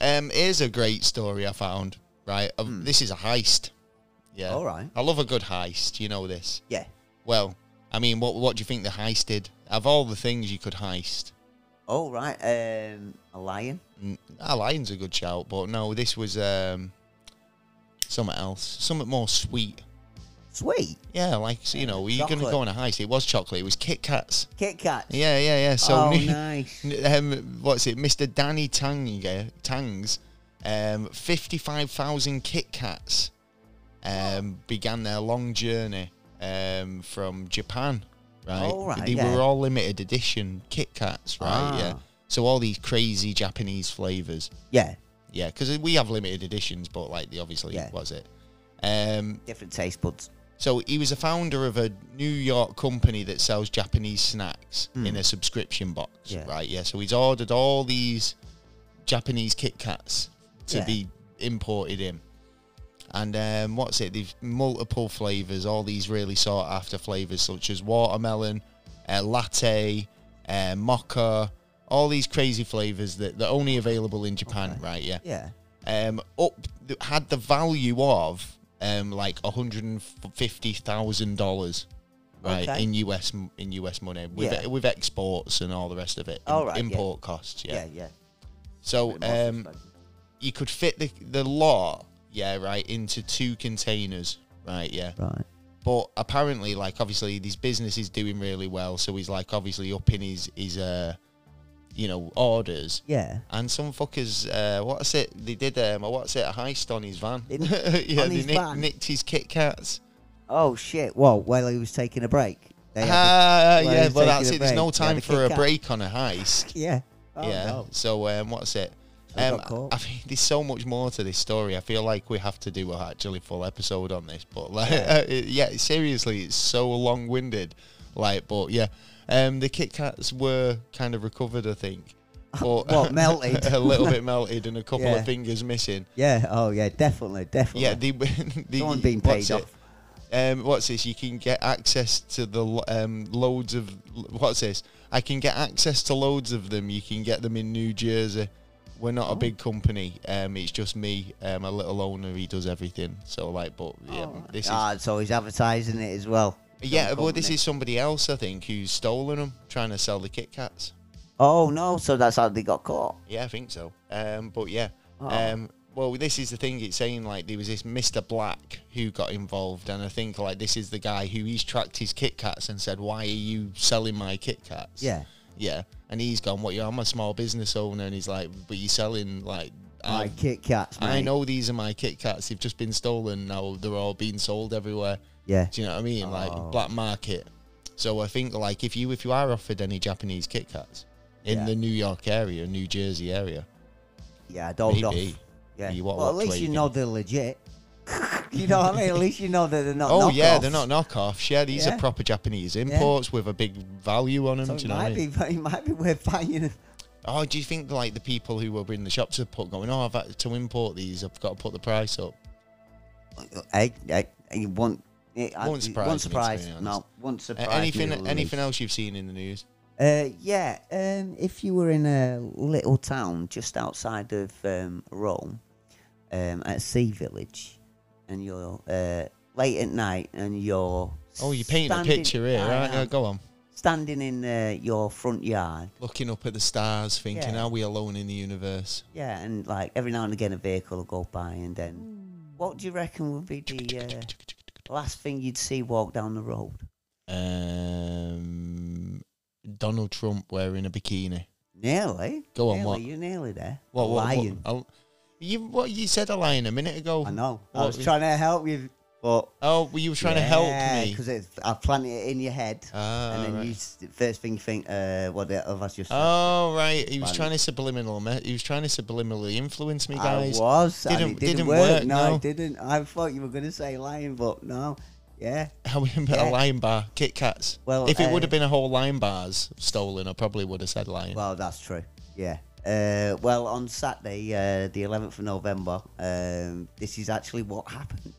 um, here's a great story I found. Right, of this is a heist. Yeah, Hmm. All right. I love a good heist. You know this. Yeah, Well, I mean, what what do you think the heist did? Of all the things you could heist, all right, um, a lion. mm, ah, lion's a good shout, but no, this was um, something else, something more sweet. Sweet Yeah, like so, you know, you're gonna Chocolate. go on a heist. It was chocolate. It was Kit Kats. Kit Kat. Yeah, yeah, yeah. So (laughs) oh, new- nice. um, what's it, Mr. Danny Tang, Tang's um, 55,000 Kit Kats um, began their long journey um, from Japan, right? Oh, right, they yeah. were all limited edition Kit Kats, right? Yeah. Ah. So all these crazy Japanese flavors. Yeah, Yeah, because we have limited editions, but like the obviously, Yeah. was it? Um, different taste buds. so he was a founder of a New York company that sells Japanese snacks in a subscription box, Hmm. Yeah. right? Yeah. So he's ordered all these Japanese Kit Kats to Yeah. be imported in. And um, what's it? They've multiple flavors, all these really sought after flavors, such as watermelon, uh, latte, uh, mocha, all these crazy flavors that they're only available in Japan, right? Yeah Yeah. um, up th- had the value of um, like hundred and fifty thousand dollars, right Okay. in US m- in US money with Yeah. with exports and all the rest of it, All im- right, yeah. import costs. Yeah, Yeah, yeah. so Bit more um, you could fit the the lot, yeah, right into two containers, right, yeah. Right. But apparently, like obviously, this business is doing really well, so he's like obviously up in his his uh, you know, orders. Yeah. And some fuckers, uh, what's it? They did um, a what's it? A heist on his van. (laughs) They- yeah, on they his nick- van? nicked his Kit Kats. Oh shit! Well, while he was taking a break, They had a- Ah, Well, yeah, he's well, taking that's a it. There's break. no He had time a for a kick out. break on a heist. (laughs) yeah. Oh, yeah. no. So, um, what's it? I Um, got caught. I think there's so much more to this story. I feel like we have to do a actually full episode on this, but like, (laughs) yeah, seriously, it's so long-winded. Like, but yeah, um, the Kit Kats were kind of recovered, I think. But (laughs) (laughs) What, melted? a little (laughs) bit melted, and a couple Yeah. of fingers missing. Yeah. Oh, yeah. Definitely. Definitely. Yeah, the, the (laughs) Someone being what's paid it? off. Um, what's this? You can get access to the lo- um, loads of what's this? I can get access to loads of them. You can get them in New Jersey. We're not a Oh. big company. Um, it's just me, um, a little owner. He does everything. So like, but yeah, this is Ah, so he's advertising it as well. yeah. Some Well, this company. is somebody else, I think, who's stolen them, trying to sell the Kit Kats. Oh no! So that's how they got caught. Yeah, I think so. Um, but yeah. Oh. Um, well, this is the thing. It's saying like there was this Mr. Black who got involved, and I think like this is the guy who he's tracked his Kit Kats and said, "Why are you selling my Kit Kats?" Yeah. yeah. And he's gone, "What? You? I'm a small business owner," and he's like, "But you're selling like." My I've- Kit Kats, mate. Um, I know these are my Kit Kats. They've just been stolen. Now they're all being sold everywhere. Yeah. Do you know what I mean? Oh. Like black market. So I think like if you if you are offered any Japanese Kit Kats in Yeah. the New York area, New Jersey area, Yeah. Don't off. Maybe. Yeah. You want well, at what to least eat, you don't know they're legit. (laughs) you know what I mean? At least you know that they're not. Oh yeah, they're knockoffs. not knockoffs. Yeah, these Yeah. are proper Japanese imports with a big value on them. So do it you know what I might mean? be. (laughs) It might be worth buying. them. Oh, do you think like the people who were in the shops have put going? Oh, I've had to import these. I've got to put the price up. I, I, I won't. It, eh, I- Won't surprise me, Won't to be surprise. honest. No. Won't Uh, surprise. me anything? in the Anything else you've seen in the news? Uh, yeah, um, if you were in a little town just outside of um, Rome, um, at a sea village, and you're uh, late at night and you're Oh, you're painting a standing- picture here, I right? Yeah, am. go on. standing in uh, your front yard, Looking up at the stars, thinking, Yeah. "Are we alone in the universe?" yeah, and like every now and again a vehicle will go by, and then what do you reckon would be the (laughs) uh, last thing you'd see walk down the road? Um, Donald Trump wearing a bikini. Nearly. Go on, nearly, what? You're nearly there. What? What? Lion. what I'll- you what you said a lion a minute ago. I know. I What was was- trying to help you, but. Oh, well, you were trying to help me. because I planted it in your head, Ah, and then right. you s- first thing you think, uh, what the have I just? said? Oh right, he was Funny. trying to subliminal. Me- he was trying to subliminally influence me, I guys. was. and didn't- it didn't, didn't work. work, No, no. it didn't. I thought you were going to say lion, but no. Yeah. (laughs) How about Yeah. a lion bar, Kit Kats? Well, if it would uh, have been a whole lion bars stolen, I probably would have said lion. Well, that's true. Yeah. Uh, well, on Saturday, uh, the 11th of November, um, this is actually what happened.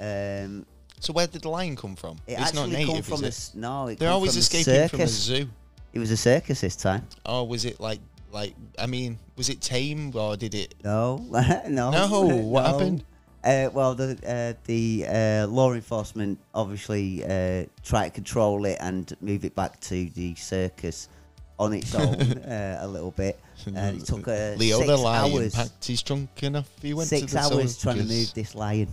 Um, so where did the lion come from? it it's not actually native, come from is a it? s- no. It They're come always from escaping a circus. from a zoo. It was a circus this time. Or was it like, like I mean, was it tame or did it? No, (laughs) no. No, what happened? Uh, well, the uh, the uh, law enforcement obviously uh, tried to control it and move it back to the circus on (laughs) its own uh, a little bit. And it took uh, Leo six the lion hours. packed his trunk enough. He went to six the hours trying to soldiers. move this lion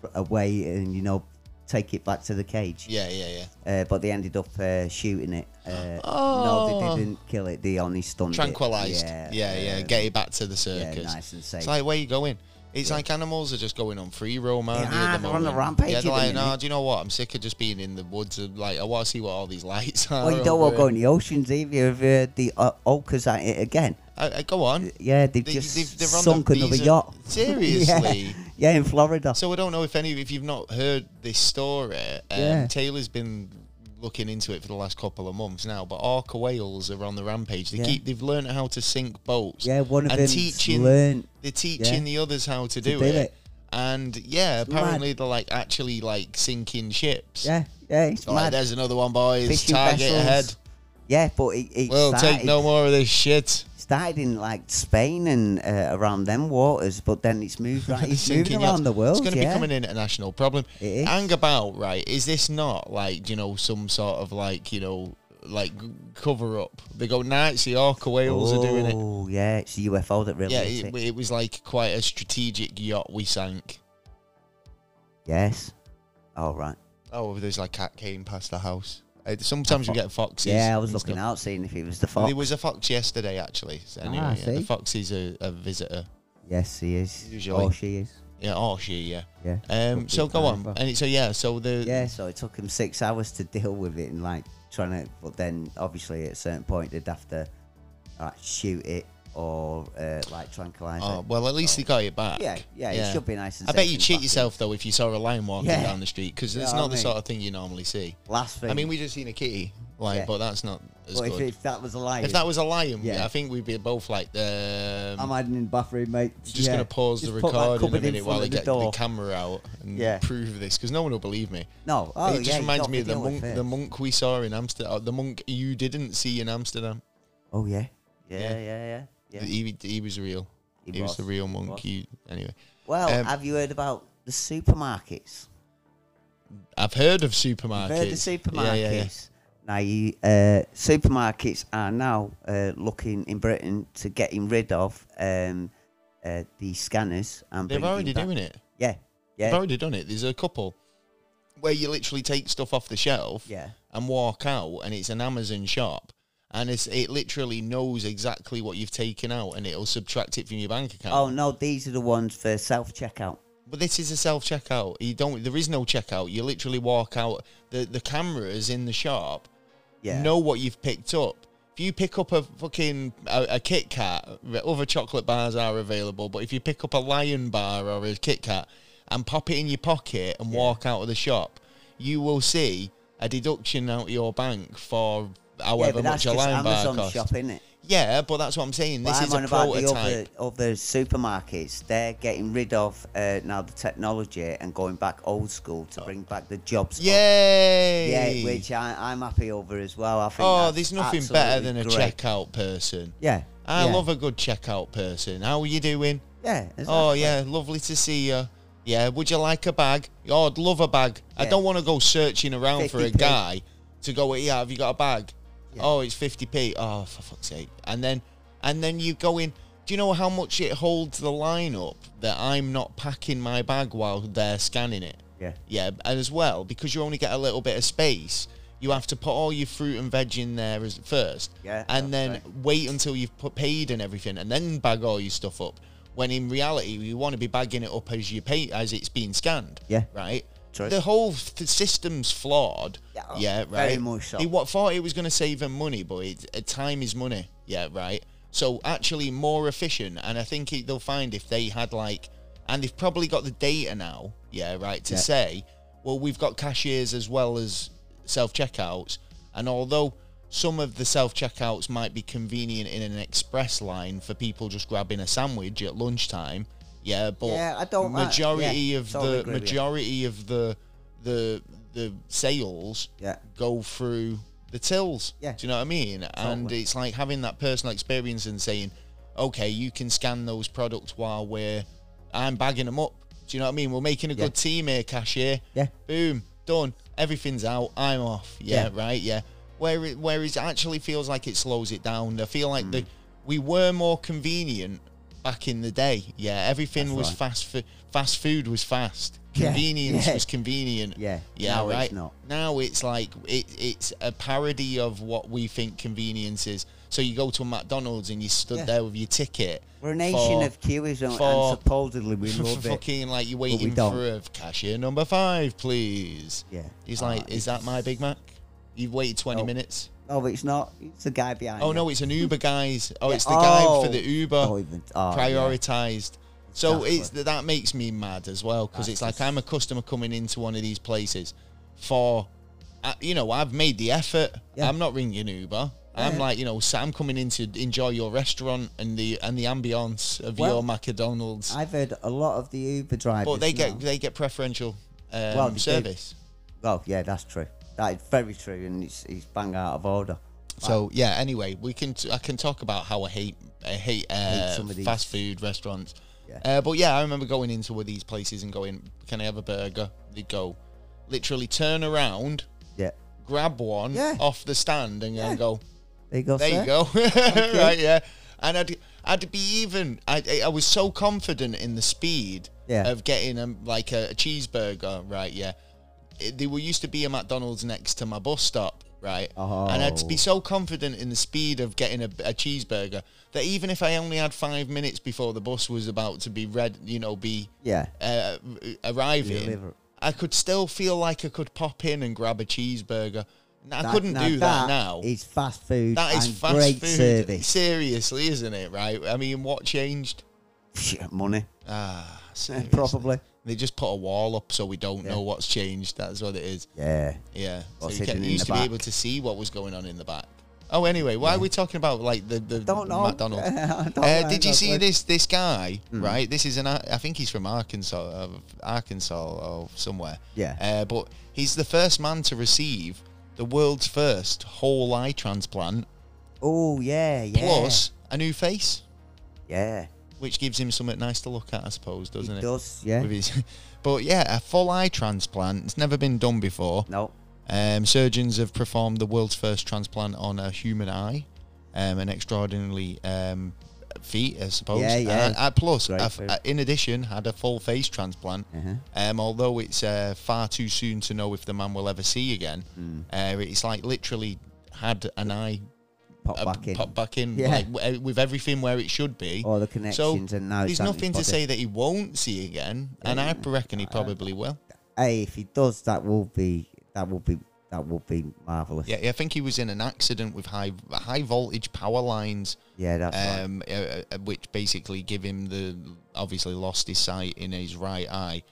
fr- away and you know take it back to the cage. Yeah, yeah, yeah. Uh, but they ended up uh, shooting it. Uh, No, Oh. they didn't kill it. They only stunned Tranquilized. it. Yeah, yeah. uh, Get it back to the yeah, circus. nice and safe. It's like where you going? It's like animals are just going on free roam, aren't are, at the they're on the moment? rampage Yeah, at they're the like, nah, minute." do you know what? I'm sick of just being in the woods. And, like, I want to see what all these (laughs) lights are. Well, you don't want to go over in the oceans either. Have you heard the uh, Okas at it again? here." I, I, Uh, go on. Yeah, they've They- just they've- they're on the- sunk another these are- yacht. (laughs) yeah. Seriously? yeah, in Florida. So I don't know if any, if you've not heard this story, um, Yeah. Taylor's been looking into it for the last couple of months now. But orca whales are on the rampage. They Yeah. keep, they've learned how to sink boats. yeah, one of and them teaching- learned. They're teaching Yeah. the others how to, do it. And yeah, mad. apparently they're like actually like sinking ships. Yeah, yeah, it's All right, mad. there's another one, boys. Fishing Target vessels. ahead. Yeah, but it, it We'll started, take no more of this shit. started in like Spain and uh, around them waters, but then it's moved right. It's moving (laughs) Sinking around yachts. the world. It's going to yeah. become an international problem. It is. Hang about, right? Is this not like you know some sort of like you know like cover up? They go, nah, it's the orca whales are doing it. Oh yeah, it's the UFO that really Yeah, hit it, it. it was like quite a strategic yacht we sank. Yes. All right. Oh, there's like cat came past the house. Uh, Sometimes we get foxes. Yeah, I was and looking stuff. out, seeing if it was the Well, fox. Ah, There was a fox yesterday, actually. So anyway, yeah, the see. foxy's a, a visitor. Yes, he is. Usually. Or she is. Yeah, or she, yeah. Yeah. Um, Took so him go time, on. but- And so yeah, so the Yeah, so it took him six hours to deal with it and like trying to, but then obviously at a certain point they'd have to like shoot it or uh, like tranquilize oh, it. well, at least they got it back. Yeah, yeah, it should be nice. And I bet safe you and cheat back in. yourself though if you saw a lion walking Yeah. down the street because You it's know not what I the mean? sort of thing you normally see. Last thing, I mean, we just seen a kitty, like, Yeah. but that's not as but if, good. If, if that was a lion, that was a lion, Yeah. I think we'd be both like, um, I'm hiding in the bathroom, mate. just Yeah. going to pause the Just put that recording cupboard a in minute front while I of the get door. the camera out and Yeah. prove this because no one will believe me. No, oh it just yeah, you reminds got me to of the deal with monk, it. the monk we saw in Amsterdam, the monk you didn't see in Amsterdam. Oh yeah, yeah, Yeah. yeah, yeah, yeah. He, he was real. He, He was, was. the real monk. was. You, anyway, Well, Um, have you heard about the supermarkets? I've heard of supermarkets. You've heard of Yeah, supermarkets? yeah, yeah. Now, you, uh, supermarkets are now uh, looking in Britain to getting rid of um, uh, the scanners. And They've bringing already back- doing it. Yeah, They've yeah, already done it. There's a couple where you literally take stuff off the shelf yeah. and walk out, and it's an Amazon shop, and it's it literally knows exactly what you've taken out, and it'll subtract it from your bank account. Oh no, these are the ones for self checkout. But this is a self checkout. You don't. There is no checkout. You literally walk out. the The cameras in the shop Yeah. know what you've picked up. If you pick up a fucking a, a Kit Kat, the other chocolate bars are available. But if you pick up a Lion bar or a Kit Kat and pop it in your pocket and walk out of the shop, you will see a deduction out of your bank for yeah, however but that's much a just Lion bar Amazon costs. shop, isn't it? Yeah, but that's what I'm saying. This But is I'm on a about prototype. the other, other supermarkets. They're getting rid of uh, now the technology and going back old school Oh. to bring back the jobs. of- Yay! Yeah, which I, I'm happy over as well. I think. Oh, that's there's nothing better than absolutely a great. checkout person. Yeah. I yeah, love a good checkout person. How are you doing? Yeah. Exactly. Oh, yeah, lovely to see you. Yeah, would you like a bag? Oh, I'd love a bag. I Yeah. don't want to go searching around for a 50p. guy to go, yeah, have you got a bag? Yeah. Oh, it's 50p. Oh, for fuck's sake. And then, and then you go in, do you know how much it holds the line up that I'm not packing my bag while they're scanning it? Yeah. Yeah, and as well because you only get a little bit of space, you have to put all your fruit and veg in there as first. Yeah, and that's then right. wait until you've put, paid and everything, and then bag all your stuff up. When in reality, you want to be bagging it up as you pay as it's being scanned. Yeah. right. True. The whole th- system's flawed. Yeah, oh, yeah, right. very much so. He what thought it was going to save him money, but it, uh, time is money. Yeah, right. So actually, more efficient, and I think it, they'll find if they had like, and they've probably got the data now. Yeah, right. To Yeah. say, well, we've got cashiers as well as self checkouts, and although some of the self checkouts might be convenient in an express line for people just grabbing a sandwich at lunchtime. Yeah, but Yeah, I don't mind. majority Yeah, of totally the agree with you. majority of the the the sales Yeah. go through the tills. Yeah. Do you know what I mean? And Totally. it's like having that personal experience and saying, okay, you can scan those products while we're, I'm bagging them up. Do you know what I mean? We're making a Yeah. good team here, cashier. Yeah. Boom, done. Everything's out. I'm off. Yeah, Yeah. right. Yeah. Where it, where it actually feels like it slows it down. I feel like Mm. the, we were more convenient back in the day. Yeah. Everything That's was right. fast. Fu- fast food was fast. Yeah, Convenience yeah. was convenient. Yeah, Yeah. now it's right. not. Now it's like it, it's a parody of what we think convenience is. So you go to a McDonald's and you stood Yeah. there with your ticket. We're a nation for- of Kiwis for- and supposedly we (laughs) for love it. fucking like you're waiting don't. for a cashier number five, please. Yeah. He's Ah, like, is that my Big Mac? You've waited 20 No. minutes. No, Oh, it's not. It's the guy behind. Oh you. no, it's an Uber, guys. Oh, Yeah, it's the guy oh. for the Uber. Don't even- oh, yeah. prioritized. So Exactly. it's th- that makes me mad as well because That's it's like just- I'm a customer coming into one of these places for, I- you know, I've made the effort. Yeah. I'm not ringing Uber. I'm Yeah. like, you know, Sam coming in to enjoy your restaurant and the and the ambience of Well, your McDonald's, I've heard a lot of the Uber drivers. but they get now- they get preferential um, Well, they do. service. Well, yeah, that's true. That is very true, and it's, it's bang out of order. So yeah. Anyway, we can t- I can talk about how I hate I hate, uh, some of these. fast food restaurants. Yeah. Uh, but yeah, I remember going into one of these places and going, "Can I have a burger?" They'd go, literally turn around, Yeah. grab one Yeah. off the stand, and then Yeah. go, There you go. "There you sir. go." (laughs) you. right? Yeah. And I'd I'd be even. I I- I was so confident in the speed Yeah. of getting a, like a, a cheeseburger. Right? Yeah. It, there were used to be a McDonald's next to my bus stop. right? Oh. And I'd be so confident in the speed of getting a, a cheeseburger that even if I only had five minutes before the bus was about to be read, you know, be Yeah. uh, arriving, Deliver- I could still feel like I could pop in and grab a cheeseburger. And I That- couldn't now do that, now. Is fast food. That is and fast great food. service. (laughs) Seriously, isn't it? Right? I mean, what changed? Shit, Money, Ah, seriously. probably. They just put a wall up so we don't Yeah. know what's changed. That's what it is. Yeah. Yeah. What's so you, hidden kept, you in used the to be back. able to see what was going on in the back. Oh, anyway, why are we talking about like the the Don't know. (laughs) McDonald's? I don't Uh, know, did you that's see what- this this guy? Mm. Right, this is an Ar- I think he's from Arkansas, uh, Arkansas or somewhere. Yeah. Uh, but he's the first man to receive the world's first whole eye transplant Oh yeah, yeah. plus a new face, Yeah. which gives him something nice to look at, I suppose, doesn't it it? does. Yeah. With his- (laughs) but yeah, a full eye transplant. It's never been done before. No. Um, surgeons have performed the world's first transplant on a human eye, um, an extraordinarily um, feat, I suppose. Yeah, yeah. And, uh, plus, Great I've, feat. uh, in addition, had a full face transplant. Uh-huh. Um, although it's uh, far too soon to know if the man will ever see again, Hmm. uh, it's like literally had an eye Pop uh, back in. pop back in Yeah. Oh, like, w- uh, with everything where it should be. All the so connections and now there's nothing to say that he won't see again, and I reckon he probably will. Hey, if he does, that will be that will be that will be marvelous. Yeah, I think he was in an accident with high high voltage power lines, Yeah, that's right. um, uh, uh, which basically give him the obviously lost his sight in his right eye.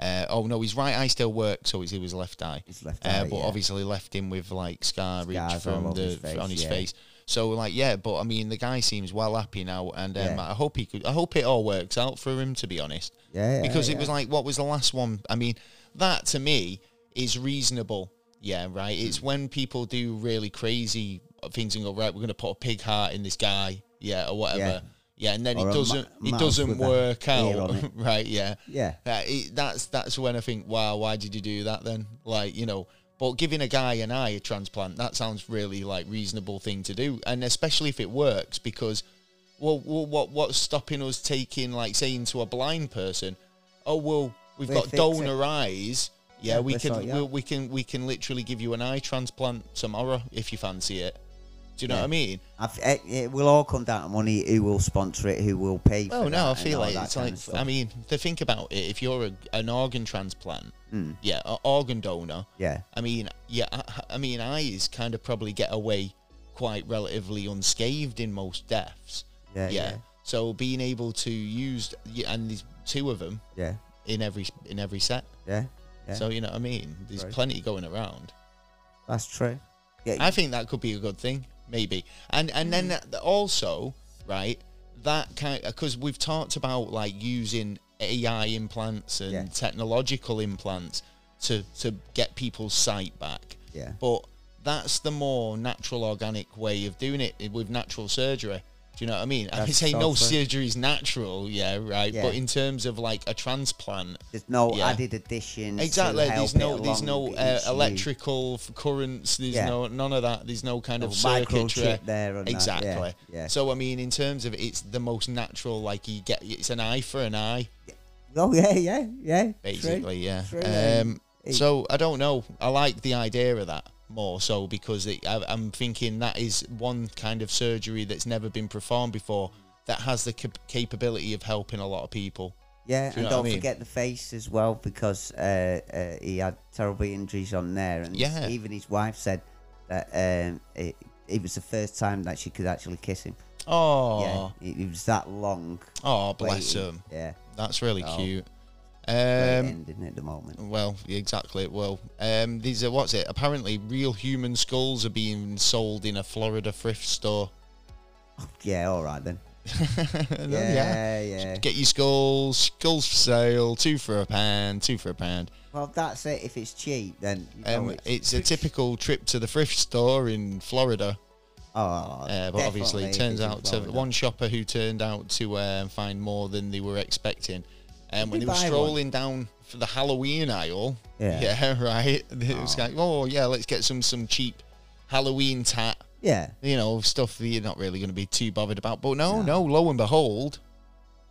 Uh, oh no, his right eye still works, so it's his left eye. His left uh, eye, but yeah. obviously left him with like scarage Scars all from over the his face, on his yeah. face. So like yeah, but I mean the guy seems well happy now, and um, Yeah. I hope he could. I hope it all works out for him, to be honest Yeah, yeah, because it yeah. was like what was the last one i mean that to me is reasonable yeah right Hmm. it's when people do really crazy things and go right we're going to put a pig heart in this guy yeah or whatever yeah, Yeah. and then Or a it mu- doesn't it mouse doesn't with a work ear out on it. (laughs) right yeah Yeah. Uh, it, that's that's when i think wow why did you do that then like you know but giving a guy an eye transplant that sounds really like reasonable thing to do and especially if it works because well, well what what's stopping us taking like saying to a blind person oh well we've We'll got fix it." donor eyes yeah, Yeah, we we'll can sort you we, out. we can we can literally give you an eye transplant tomorrow if you fancy it do you know Yeah. what i mean I've, it, eh, it will all come down to money. Who will sponsor it? Who will pay? for Oh that no, I and feel all like that it's kind like of stuff. I mean, to think about it, if you're a, an organ transplant, Mm. yeah, an organ donor, yeah, I mean, yeah, I, I mean, eyes kind of probably get away quite relatively unscathed in most deaths. Yeah, yeah. So being able to use yeah, and there's two of them yeah, in every in every set. yeah, yeah. So you know what I mean? There's Right. plenty going around. that's true. Yeah, I think that could be a good thing, maybe. And and then Mm. that- that also, right? That kind because we've talked about like using AI implants and Yeah. technological implants to to get people's sight back. Yeah. But that's the more natural, organic way of doing it eh, with natural surgery. Do you know what I mean? I That's say no also- surgery is natural, yeah, right. Yeah. But in terms of like a transplant, there's no yeah. added additions. to Exactly. There's help no it there's no along uh, each new- electrical f- currents. There's Yeah. no none of that. There's no kind No of circuitry. microchip there and that, yeah, exactly. yeah. So I mean, in terms of it's the most natural. Like you get, it's an eye for an eye, Oh yeah, yeah, yeah. true, basically. yeah. true, um. it- So I don't know. I like the idea of that more so because it, I, I'm thinking that is one kind of surgery that's never been performed before that has the cap- capability of helping a lot of people. Yeah, you and know what I don't mean? forget the face as well because uh, uh, he had terrible injuries on there, and Yeah. even his wife said that um, it, it was the first time that she could actually kiss him. Oh, Yeah, it, it was that long. oh, bless waiting. him. Yeah, That's really Oh. cute. great Um, ending at the moment. Well, exactly. Well, um, these are what's it? Apparently, real human skulls are being sold in a Florida thrift store. (laughs) (laughs) Yeah, all right then. yeah. yeah. Get your skulls, skulls for sale, two for a pound, two for a pound. Well, that's it. If it's cheap, then you know Um, it's it's- a typical trip to the thrift store in Florida, Oh, uh, but obviously it definitely turns it's in out to Florida. one shopper who turned out to um, find more than they were expecting. Um, when they Did you were buy one? strolling down for the Halloween aisle, (laughs) Yeah. right. It was like, oh yeah, let's get some some cheap Halloween tat. Yeah, you know, stuff that you're not really going to be too bothered about. But no, no, lo and behold,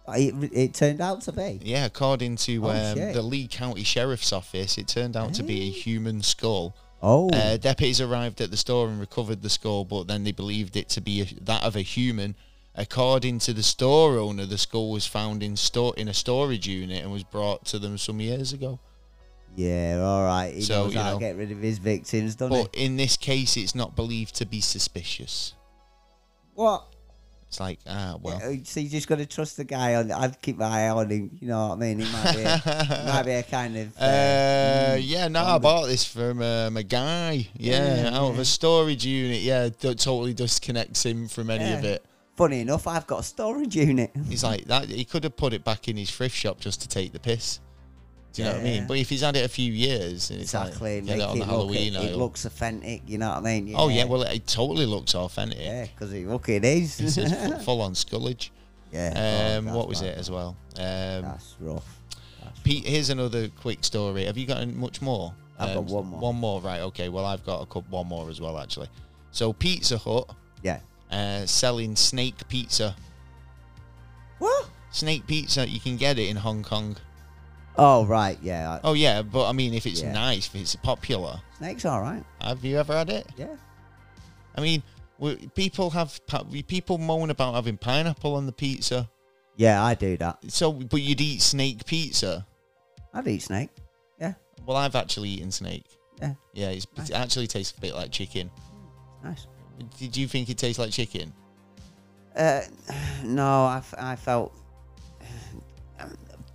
it, it turned out to be. yeah, according to Oh, um, shit. the Lee County Sheriff's Office, it turned out to be a human skull Oh. Uh, deputies arrived at the store and recovered the skull, but then they believed it to be a, that of a human. According to the store owner, the skull was found in store in a storage unit and was brought to them some years ago. yeah, all right. He So, knows you how know. to get rid of his victims, doesn't he? But in this case, it's not believed to be suspicious. What? It's like ah well, Uh, So you just got to trust the guy. On I'd keep my eye on him. You know what I mean? He might (laughs) be, a, might be a kind of. Uh, Uh, yeah, no, I bought this from um, a guy. Yeah, Hmm, Yeah, out of a storage unit. Yeah, d- totally disconnects him from any of Yeah. it. funny enough, I've got a storage unit. He's like that. He could have put it back in his thrift shop just to take the piss. Do you know what I mean? Yeah. But if he's had it a few years, and (laughs) it's like, Exactly. get Make it it, on the look, Halloween it, it aisle. looks authentic. You know what I mean? Oh yeah, well it totally looks authentic. yeah, because it look it is. (laughs) This (laughs) is fu- full on scullage. yeah. Um, oh, what was that's it as well? Um, That's rough. That's Pete, here's another quick story. Have you got any- much more? Um, I've got one more. One more, right? Okay. Well, I've got a couple, one more as well, actually. So Pizza Hut yeah. uh, selling snake pizza. What? Snake pizza, you can get it in Hong Kong. Oh right, yeah. Oh yeah, but I mean, if it's Yeah. nice, if it's popular, Snake's all right. have you ever had it? Yeah. I mean, we- people have pa- we- people moan about having pineapple on the pizza. Yeah, I do that. So, but you'd eat snake pizza. I'd eat snake. Yeah. Well, I've actually eaten snake. Yeah. Yeah, it's, it actually tastes a bit like chicken. Nice. Did you think it tastes like chicken? Uh, (sighs) no, I, f- I felt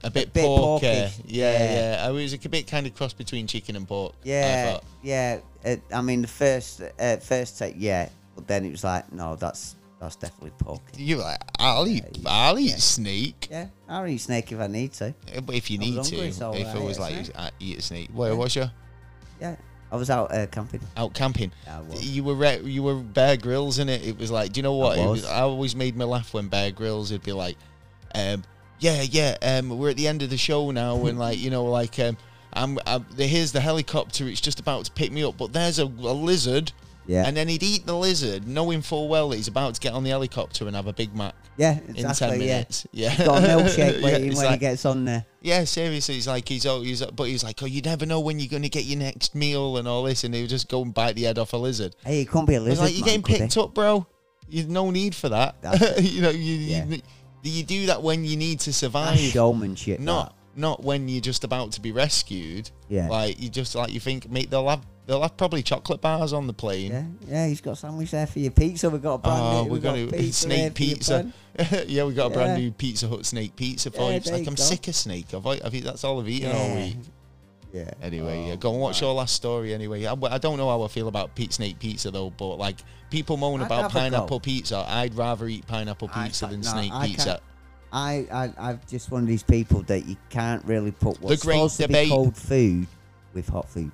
A bit, bit pork. Yeah, porkish. yeah, Yeah. yeah. It was a bit kind of cross between chicken and pork. I yeah, thought. yeah. It, I mean, the first uh, first take, yeah, but then it was like, no, that's that's definitely pork. You were like, I'll eat, I'll eat snake. Yeah, I'll eat snake if I need to. Uh, but If you I was need hungry, to, so if I it ate was a like snake. I eat a snake. Where was you? Yeah, I was out uh, camping. Out camping. Yeah, I was. You were re- you were Bear Grylls in it. It was like, do you know what? It was. was, I always made me laugh when Bear Grylls would be like, um, yeah, yeah, um, we're at the end of the show now, and like you know, like um, I'm, I'm here's the helicopter. It's just about to pick me up, but there's a, a lizard. Yeah. And then he'd eat the lizard, knowing full well that he's about to get on the helicopter and have a Big Mac Yeah, in ten exactly. Yeah, minutes. Yeah. (laughs) got a milkshake Yeah, waiting it's when like- he gets on there. yeah, seriously, he's like he's all he's but he's like, oh, you never know when you're gonna get your next meal and all this, and he'll just go and bite the head off a lizard. Hey, he couldn't be a He's lizard. like, you're man, getting could he? picked up, bro. There's no need for that. (laughs) That's you know, you, Yeah. you you do that when you need to That's survive, showmanship. not not when you're just about to be rescued. Yeah. like you just like you think, mate, they'll have they'll have probably chocolate bars on the plane. that. Yeah, yeah. He's got a sandwich there for your pizza. We've got a brand Oh, new. we're we've got going to pizza there snake for your pizza. bun. (laughs) yeah, we got a brand Yeah. new Pizza Hut snake pizza for Yeah, you. It's there like you I'm go. sick of snake. I've, I've eat- that's all I've eaten all Yeah. week. Yeah. Anyway, Oh, yeah, go and watch right. your last story. Anyway, I, I don't know how I feel about Pete Snake Pizza though, but like people moan I'd about have a go. pineapple pizza. I'd rather eat pineapple I pizza can't- than no, snake I pizza. can't- I, I, I'm just one of these people that you can't really put what's great supposed to debate. be cold food with hot food.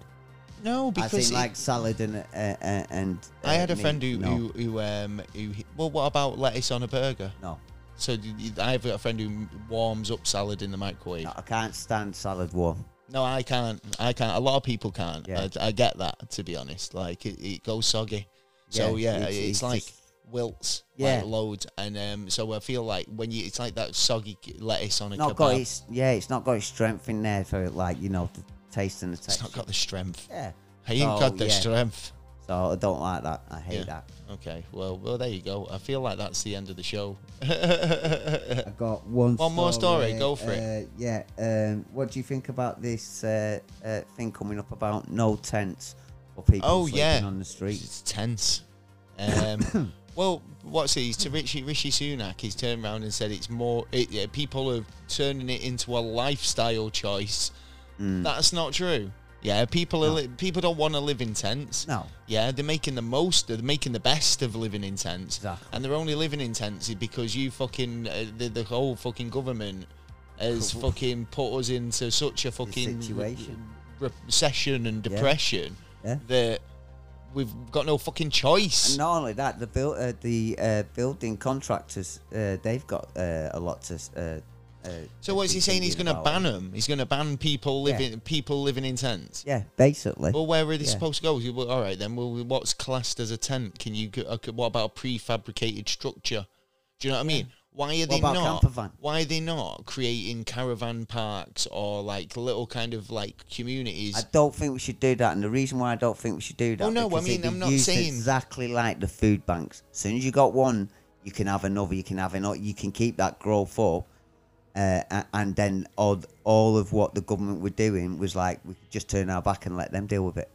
No, I think because it- like salad and uh, uh, and. Uh, I had a meat, friend who, no, who who um who well, what about lettuce on a burger? No, So d- d- I've got a friend who warms up salad in the microwave. no, I can't stand salad warm. No, I can't. I can't. A lot of people can't. Yeah. I, I get that, to be honest. Like, it, it goes soggy. So, Yeah, yeah, it's, it's- it's like just- wilts, Yeah. like loads. And um, so I feel like when you, it's like that soggy k- lettuce on a Not kebab. got its yeah, it's not got its strength in there for like you know the taste and the it's texture. not got the strength. yeah, I ain't Oh, got the yeah. strength. so I don't like that. I hate Yeah. that. Okay, well, well, there you go. I feel like that's the end of the show. I got one. One more story, go for it. Uh, yeah. Um, what do you think about this uh, uh, thing coming up about no tents for people Oh, sleeping yeah. on the street? It's tense. (coughs) Um, well, what's it? To Richie Rishi Sunak, he's turned around and said it's more. It, yeah, people are turning it into a lifestyle choice. Mm. That's not true. Yeah, people are li- people don't want to live in tents. No. Yeah, they're making the most. They're making the best of living in tents. Exactly. And they're only living in tents because you fucking uh, the, the whole fucking government has Cool. fucking put us into such a fucking situation. re- recession and depression Yeah. that we've got no fucking choice. And not only that, the build, uh, the uh, building contractors uh, they've got uh, a lot to. s- Uh, uh, so what's be he saying? He's going thinking to about. ban them. He's going to ban people Yeah. living people living in tents. Yeah, basically. Well, where are they Yeah. supposed to go? You- well, all right, then. Well, what's classed as a tent? Can you? go- uh, What about a prefabricated structure? Do you know what I mean? Why are What they about not? camper van? Why are they not creating caravan parks or like little kind of like communities? I don't think we should do that, and the reason why I don't think we should do that. Well, no, I because mean, it'd be I'm not used saying- exactly like the food banks. As soon as you got one, you can have another. You can have another. You can keep that growth up, uh, a- and then all, all of what the government were doing was like we could just turn our back and let them deal with it.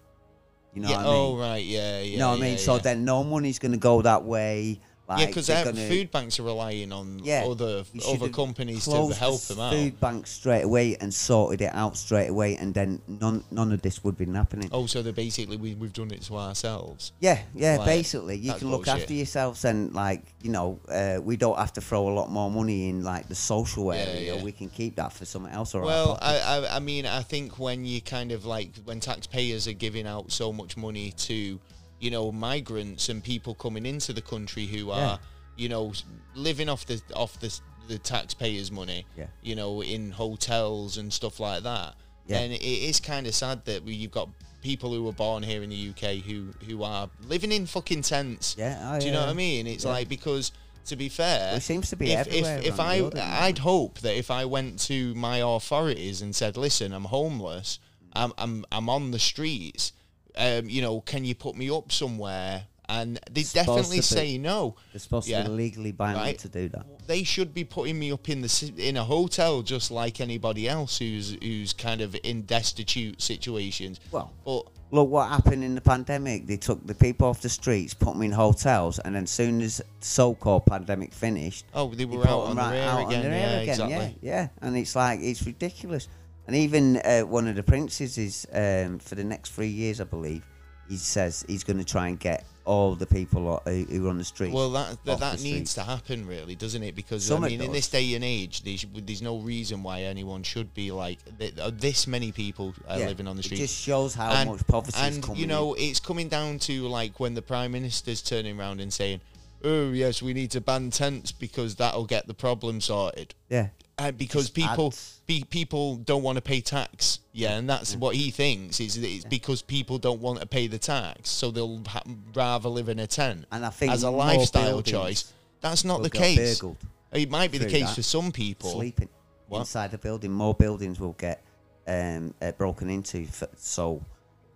You know yeah, what I mean? oh right, yeah, yeah. you know what I mean? yeah, So yeah. then no money's going to go that way. Like, yeah, because they're gonna- food banks are relying on yeah, other you should other have companies to closed the help them out. Food bank straight away and sorted it out straight away, and then none none of this would have been happening. Oh, so they're basically we, we've done it to ourselves. Yeah, yeah. Like, basically, you that's can look bullshit. after yourselves, and like you know, uh, we don't have to throw a lot more money in like the social Yeah, area. yeah. We can keep that for something else. Or Well, I, I I mean I think when you kind of like when taxpayers are giving out so much money to you know migrants and people coming into the country who are you know s- living off the off the s- the taxpayers' money. Yeah. You know, in hotels and stuff like that. Yeah. Then it is kind of sad that we, you've got people who were born here in the UK who who are living in fucking tents. Yeah, oh, Do you yeah, know what I yeah. mean? It's Yeah. like because to be fair, It seems to be if, everywhere If, if around the I, world, isn't it? I'd hope that if I went to my authorities and said, "Listen, I'm homeless. I'm I'm I'm on the streets. Um, you know, can you put me up somewhere?" And they Supposed definitely to be. say no. they're supposed yeah. to be legally bound Right. to do that. They should be putting me up in the ci- in a hotel just like anybody else who's who's kind of in destitute situations. Well, But look what happened in the pandemic. They took the people off the streets, put them in hotels, and then soon as so-called pandemic finished, oh, they they were put out 'em on the right air out on again. their air yeah, again, exactly. Yeah, yeah. And it's like it's ridiculous. And even uh, one of the princes is um, for the next three years, I believe, he says he's going to try and get all the people who, who are on the streets. Well, that that, off that the needs street. to happen, really, doesn't it? Because Some I it mean, in does. this day and age, there's, there's no reason why anyone should be like th- uh, this. Many people are Yeah, living on the it street. just shows how and, much poverty is and coming. you in. know, it's coming down to like when the prime minister's turning around and saying, "Oh yes, we need to ban tents because that'll get the problem sorted." yeah, Uh, because Just people ads. pe- people don't want to pay tax, yeah, and that's what he thinks is that it's because people don't want to pay the tax, so they'll ha- rather live in a tent And I think as a more lifestyle buildings choice. That's not will the get case. burgled It might be the through case that. for some people. sleeping What? inside the building. More buildings will get um, uh, broken into, f so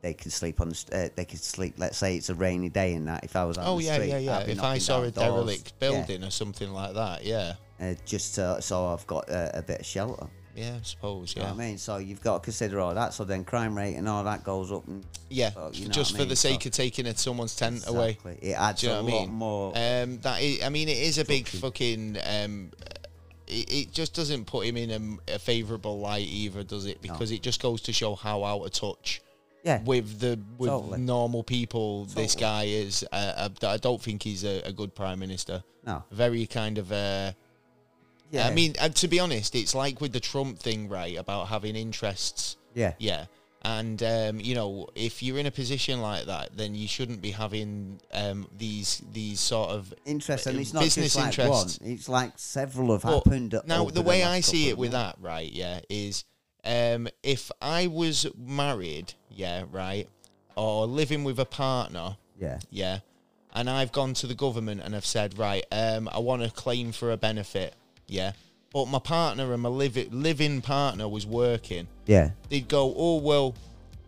they can sleep on. The, st- uh, they can sleep. Let's say it's a rainy day and that. If I was out on Oh the yeah, street, yeah, yeah. I'd be If I knocking saw a down doors. derelict Yeah, building or something like that, yeah, uh, just to, so I've got uh, a bit of shelter. yeah, I suppose, You know yeah, what I mean, so you've got to consider all that. So then crime rate and all that goes up. And yeah. Well, you f- know just what I for mean, the so- uh, sake of taking it someone's tent away. Exactly. It adds Do you know a what I lot mean? more. Um, that is, I mean, it is a big Fucking- fucking. Um, it, it just doesn't put him in a m- a, favourable light either, does it? Because it just goes to show how out of touch yeah. with the with Totally. normal people this Totally. guy is. Uh, I, I don't think he's a, a good prime minister. No. Very kind of. Uh, Yeah. I mean, uh, to be honest, it's like with the Trump thing, right? About having interests. Yeah. Yeah. And um, you know, if you're in a position like that, then you shouldn't be having um, these these sort of Interest uh, and it's not business just like interests. one. It's like several have But happened. now over the way I last see couple it of with months. that, right? Yeah, is um, if I was married, yeah, right, or living with a partner, Yeah. yeah, and I've gone to the government and I've said, right, um, I want to claim for a benefit, yeah, but my partner and my live- living partner was working Yeah. they'd go, "Oh well,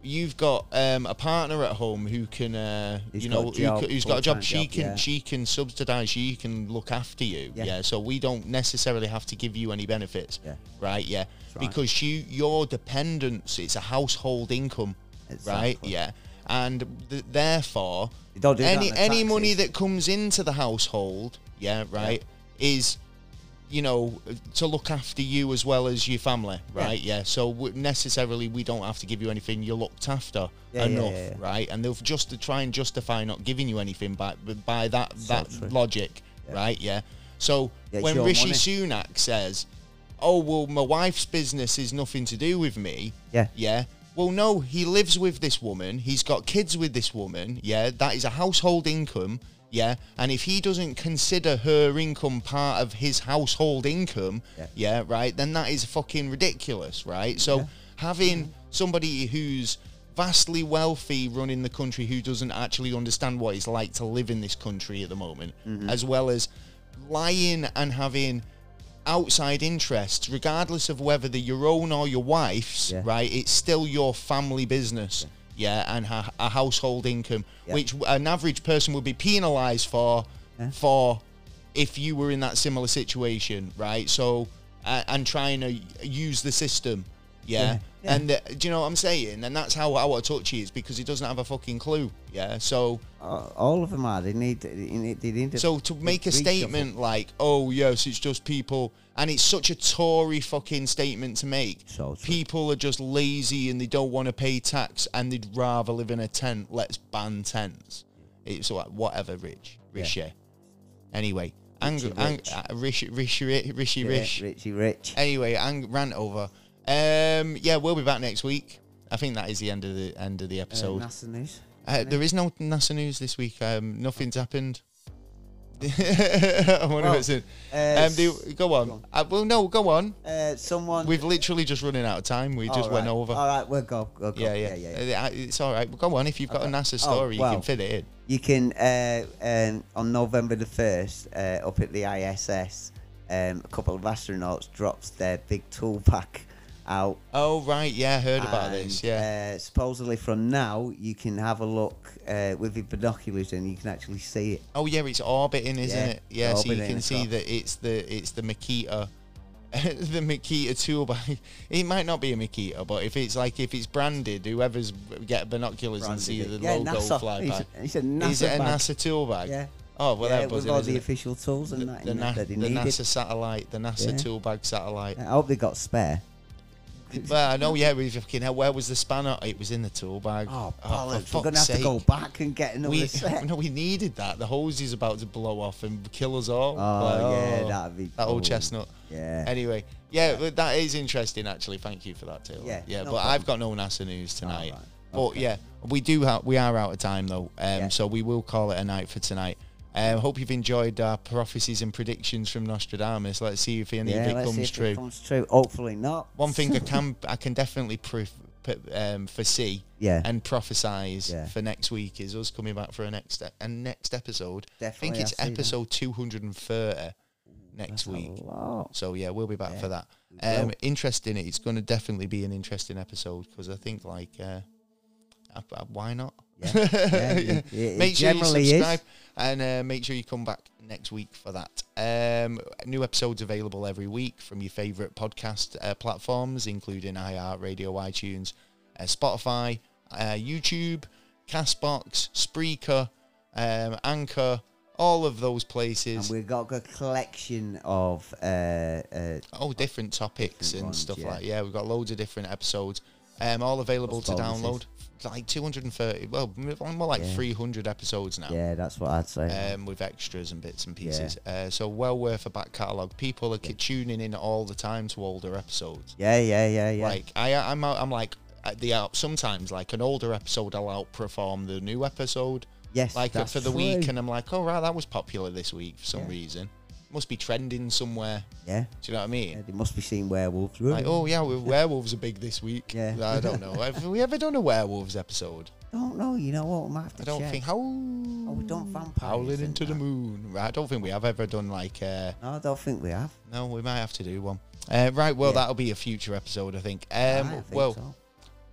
you've got um, a partner at home who can, uh, Who's you got a know, who job, c- who's got a job. full-time She job, can, yeah. she can subsidise. She can look after you. Yeah. Yeah. So we don't necessarily have to give you any benefits. Yeah. Right. Yeah. right. Because you, your dependence, it's a household income. Right. Exactly. Yeah. And th- therefore, They don't do that any in the any money taxes. that comes into the household, yeah, right, is you know, to look after you as well as your family, Yeah. right? Yeah. So w- necessarily, we don't have to give you anything. You're looked after Yeah, yeah, enough, yeah, yeah. right? And they'll just to try and justify not giving you anything by by that So that true. logic, right? Yeah. So Yeah, it's when your Rishi money. Sunak says, "Oh well, my wife's business is nothing to do with me," Yeah. yeah. Well, no, he lives with this woman. He's got kids with this woman. Yeah, that is a household income. Yeah, and if he doesn't consider her income part of his household income, yeah, Yeah. right, then that is fucking ridiculous, right? So having somebody who's vastly wealthy running the country who doesn't actually understand what it's like to live in this country at the moment, as well as lying and having outside interests, regardless of whether they're your own or your wife's, Yeah. right? It's still your family business, yeah, and ha- a household income, Yeah. which an average person would be penalised for, for if you were in that similar situation, right? So, uh, and trying to use the system, yeah. Yeah. Yeah. And uh, do you know what I'm saying? And that's how out of touch he is because he doesn't have a fucking clue. Yeah. So A- Uh, All of them are. They need. They need. They need to so to make a reshuffle. statement like, "Oh yes, it's just people," and it's such a Tory fucking statement to make. So true. people are just lazy and they don't want to pay tax and they'd rather live in a tent. Let's ban tents. It's like whatever, Rich, Rishi. Anyway, ang- Richie ang- Rich. uh, Rishi, Rishi, Ri- Rishi, Yeah, Rish. Richie Rich. Anyway, ang- rant over. Um, yeah, we'll be back next week. I think that is the end of the end of the So episode. NASA news. Uh, there is no NASA news this week. Um, nothing's happened. (laughs) I wonder Well, what's in. uh, um, do- go on. go on. Uh, well, no, go on. Uh, someone. We've literally just running out of time. We All just went right. Oh, over. All right, we'll go. We'll go. yeah, yeah. Uh, It's all right. Go on. If you've got a NASA story, you Oh, well. can fit it in. You can uh, um, on November the first uh, up at the ISS. Um, a couple of astronauts drops their big tool pack out. Oh right, yeah, heard about this. and, Yeah. Uh, supposedly from now you can have a look uh, with your binoculars and you can actually see it. oh yeah, it's orbiting, isn't yeah, it? Yeah. So you orbiting, can it's see got- that it's the it's the Makita. (laughs) the Makita tool bag. (laughs) It might not be a Makita, but if it's like if it's branded, whoever's get binoculars and see the Branded it. yeah, logo NASA. fly It's by. a- It's a NASA. Is it a bag. NASA tool bag? Yeah. Oh well, yeah, that was with all the official tools and the, that, the in Na- that, that they the needed. NASA satellite, the NASA Yeah. tool bag satellite. I hope they got spare. Well, I know, yeah, we fucking hell. Where was the spanner? It was in the tool bag. Oh, for bollocks! We're gonna have fuck's to go sake. back and get another We, set. no, (laughs) we needed that. The hose is about to blow off and kill us all. Oh, yeah, oh, that'd be that old cool. chestnut. Yeah. Anyway, yeah, but that is interesting. Actually, thank you for that, Taylor. Yeah, yeah, but no problem. I've got no NASA news tonight. All right, But yeah, we do have we are out of time though, um, so we will call it a night for tonight. Um, hope you've enjoyed our prophecies and predictions from Nostradamus. Let's see if any yeah, of it let's comes see if true. it comes true. Hopefully not. One (laughs) thing I can I can definitely proof, um, foresee Yeah. and prophesize Yeah. for next week is us coming back for a next e- a next episode. I Definitely, think it's I see that. episode 230 next A week. lot. So yeah, we'll be back for that. will. Um, interesting. It's going to definitely be an interesting episode because I think like, uh, uh, uh, why not? (laughs) Yeah, it- it- it make sure you generally is. subscribe and uh, make sure you come back next week for that. Um, new episodes available every week from your favourite podcast uh, platforms, including iHeartRadio, iTunes, uh, Spotify, uh, YouTube, Castbox, Spreaker, um, Anchor, all of those And places. we've got a collection of uh, uh, Oh, different topics Different and ones, stuff yeah. like yeah. We've got loads of different episodes, um, all available Plus to bonuses. download. Like 230, well, m- more like Yeah. 300 episodes now. yeah, that's what I'd say. Um, with extras and bits and pieces, uh, so well worth a back catalogue. People are ki tuning in all the time to older episodes. yeah, yeah, yeah, yeah. Like I, I'm, out- I'm like at the out sometimes like an older episode will outperform the new episode. Yes, like that's for the week, true. and I'm like, oh right, that was popular this week for some Yeah. reason. Must be trending somewhere. yeah. Do you know what I mean? yeah, they must be seeing werewolves. Like, oh yeah, we werewolves are big this week. Yeah. I don't (laughs) know. Have we ever done a werewolves episode? don't know. You know what? We might have to I don't check. think. How? Oh, we don't vampires. Howling in into the that. moon. Right, I don't think we have ever done like. Uh, No, I don't think we have. no, we might have to do one. Uh, right, well, Yeah. that'll be a future episode, I think. Um, I think well, so.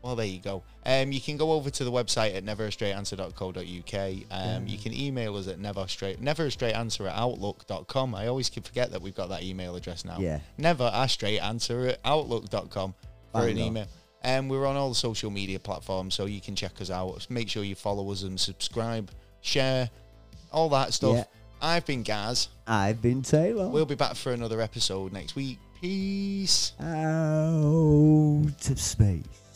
well, there you go. Um, you can go over to the website at neverastraightanswer.co.uk. Um, You can email us at neverastraight, neverastraightanswer at outlook.com. I always keep- forget that we've got that email address now. Yeah. Neverastraightanswer at outlook.com for Bang an on. email. And we're on all the social media platforms, so you can check us out. Make sure you follow us and subscribe, share, all that stuff. Yeah. I've been Gaz. I've been Taylor. We'll be back for another episode next week. Peace. out of space.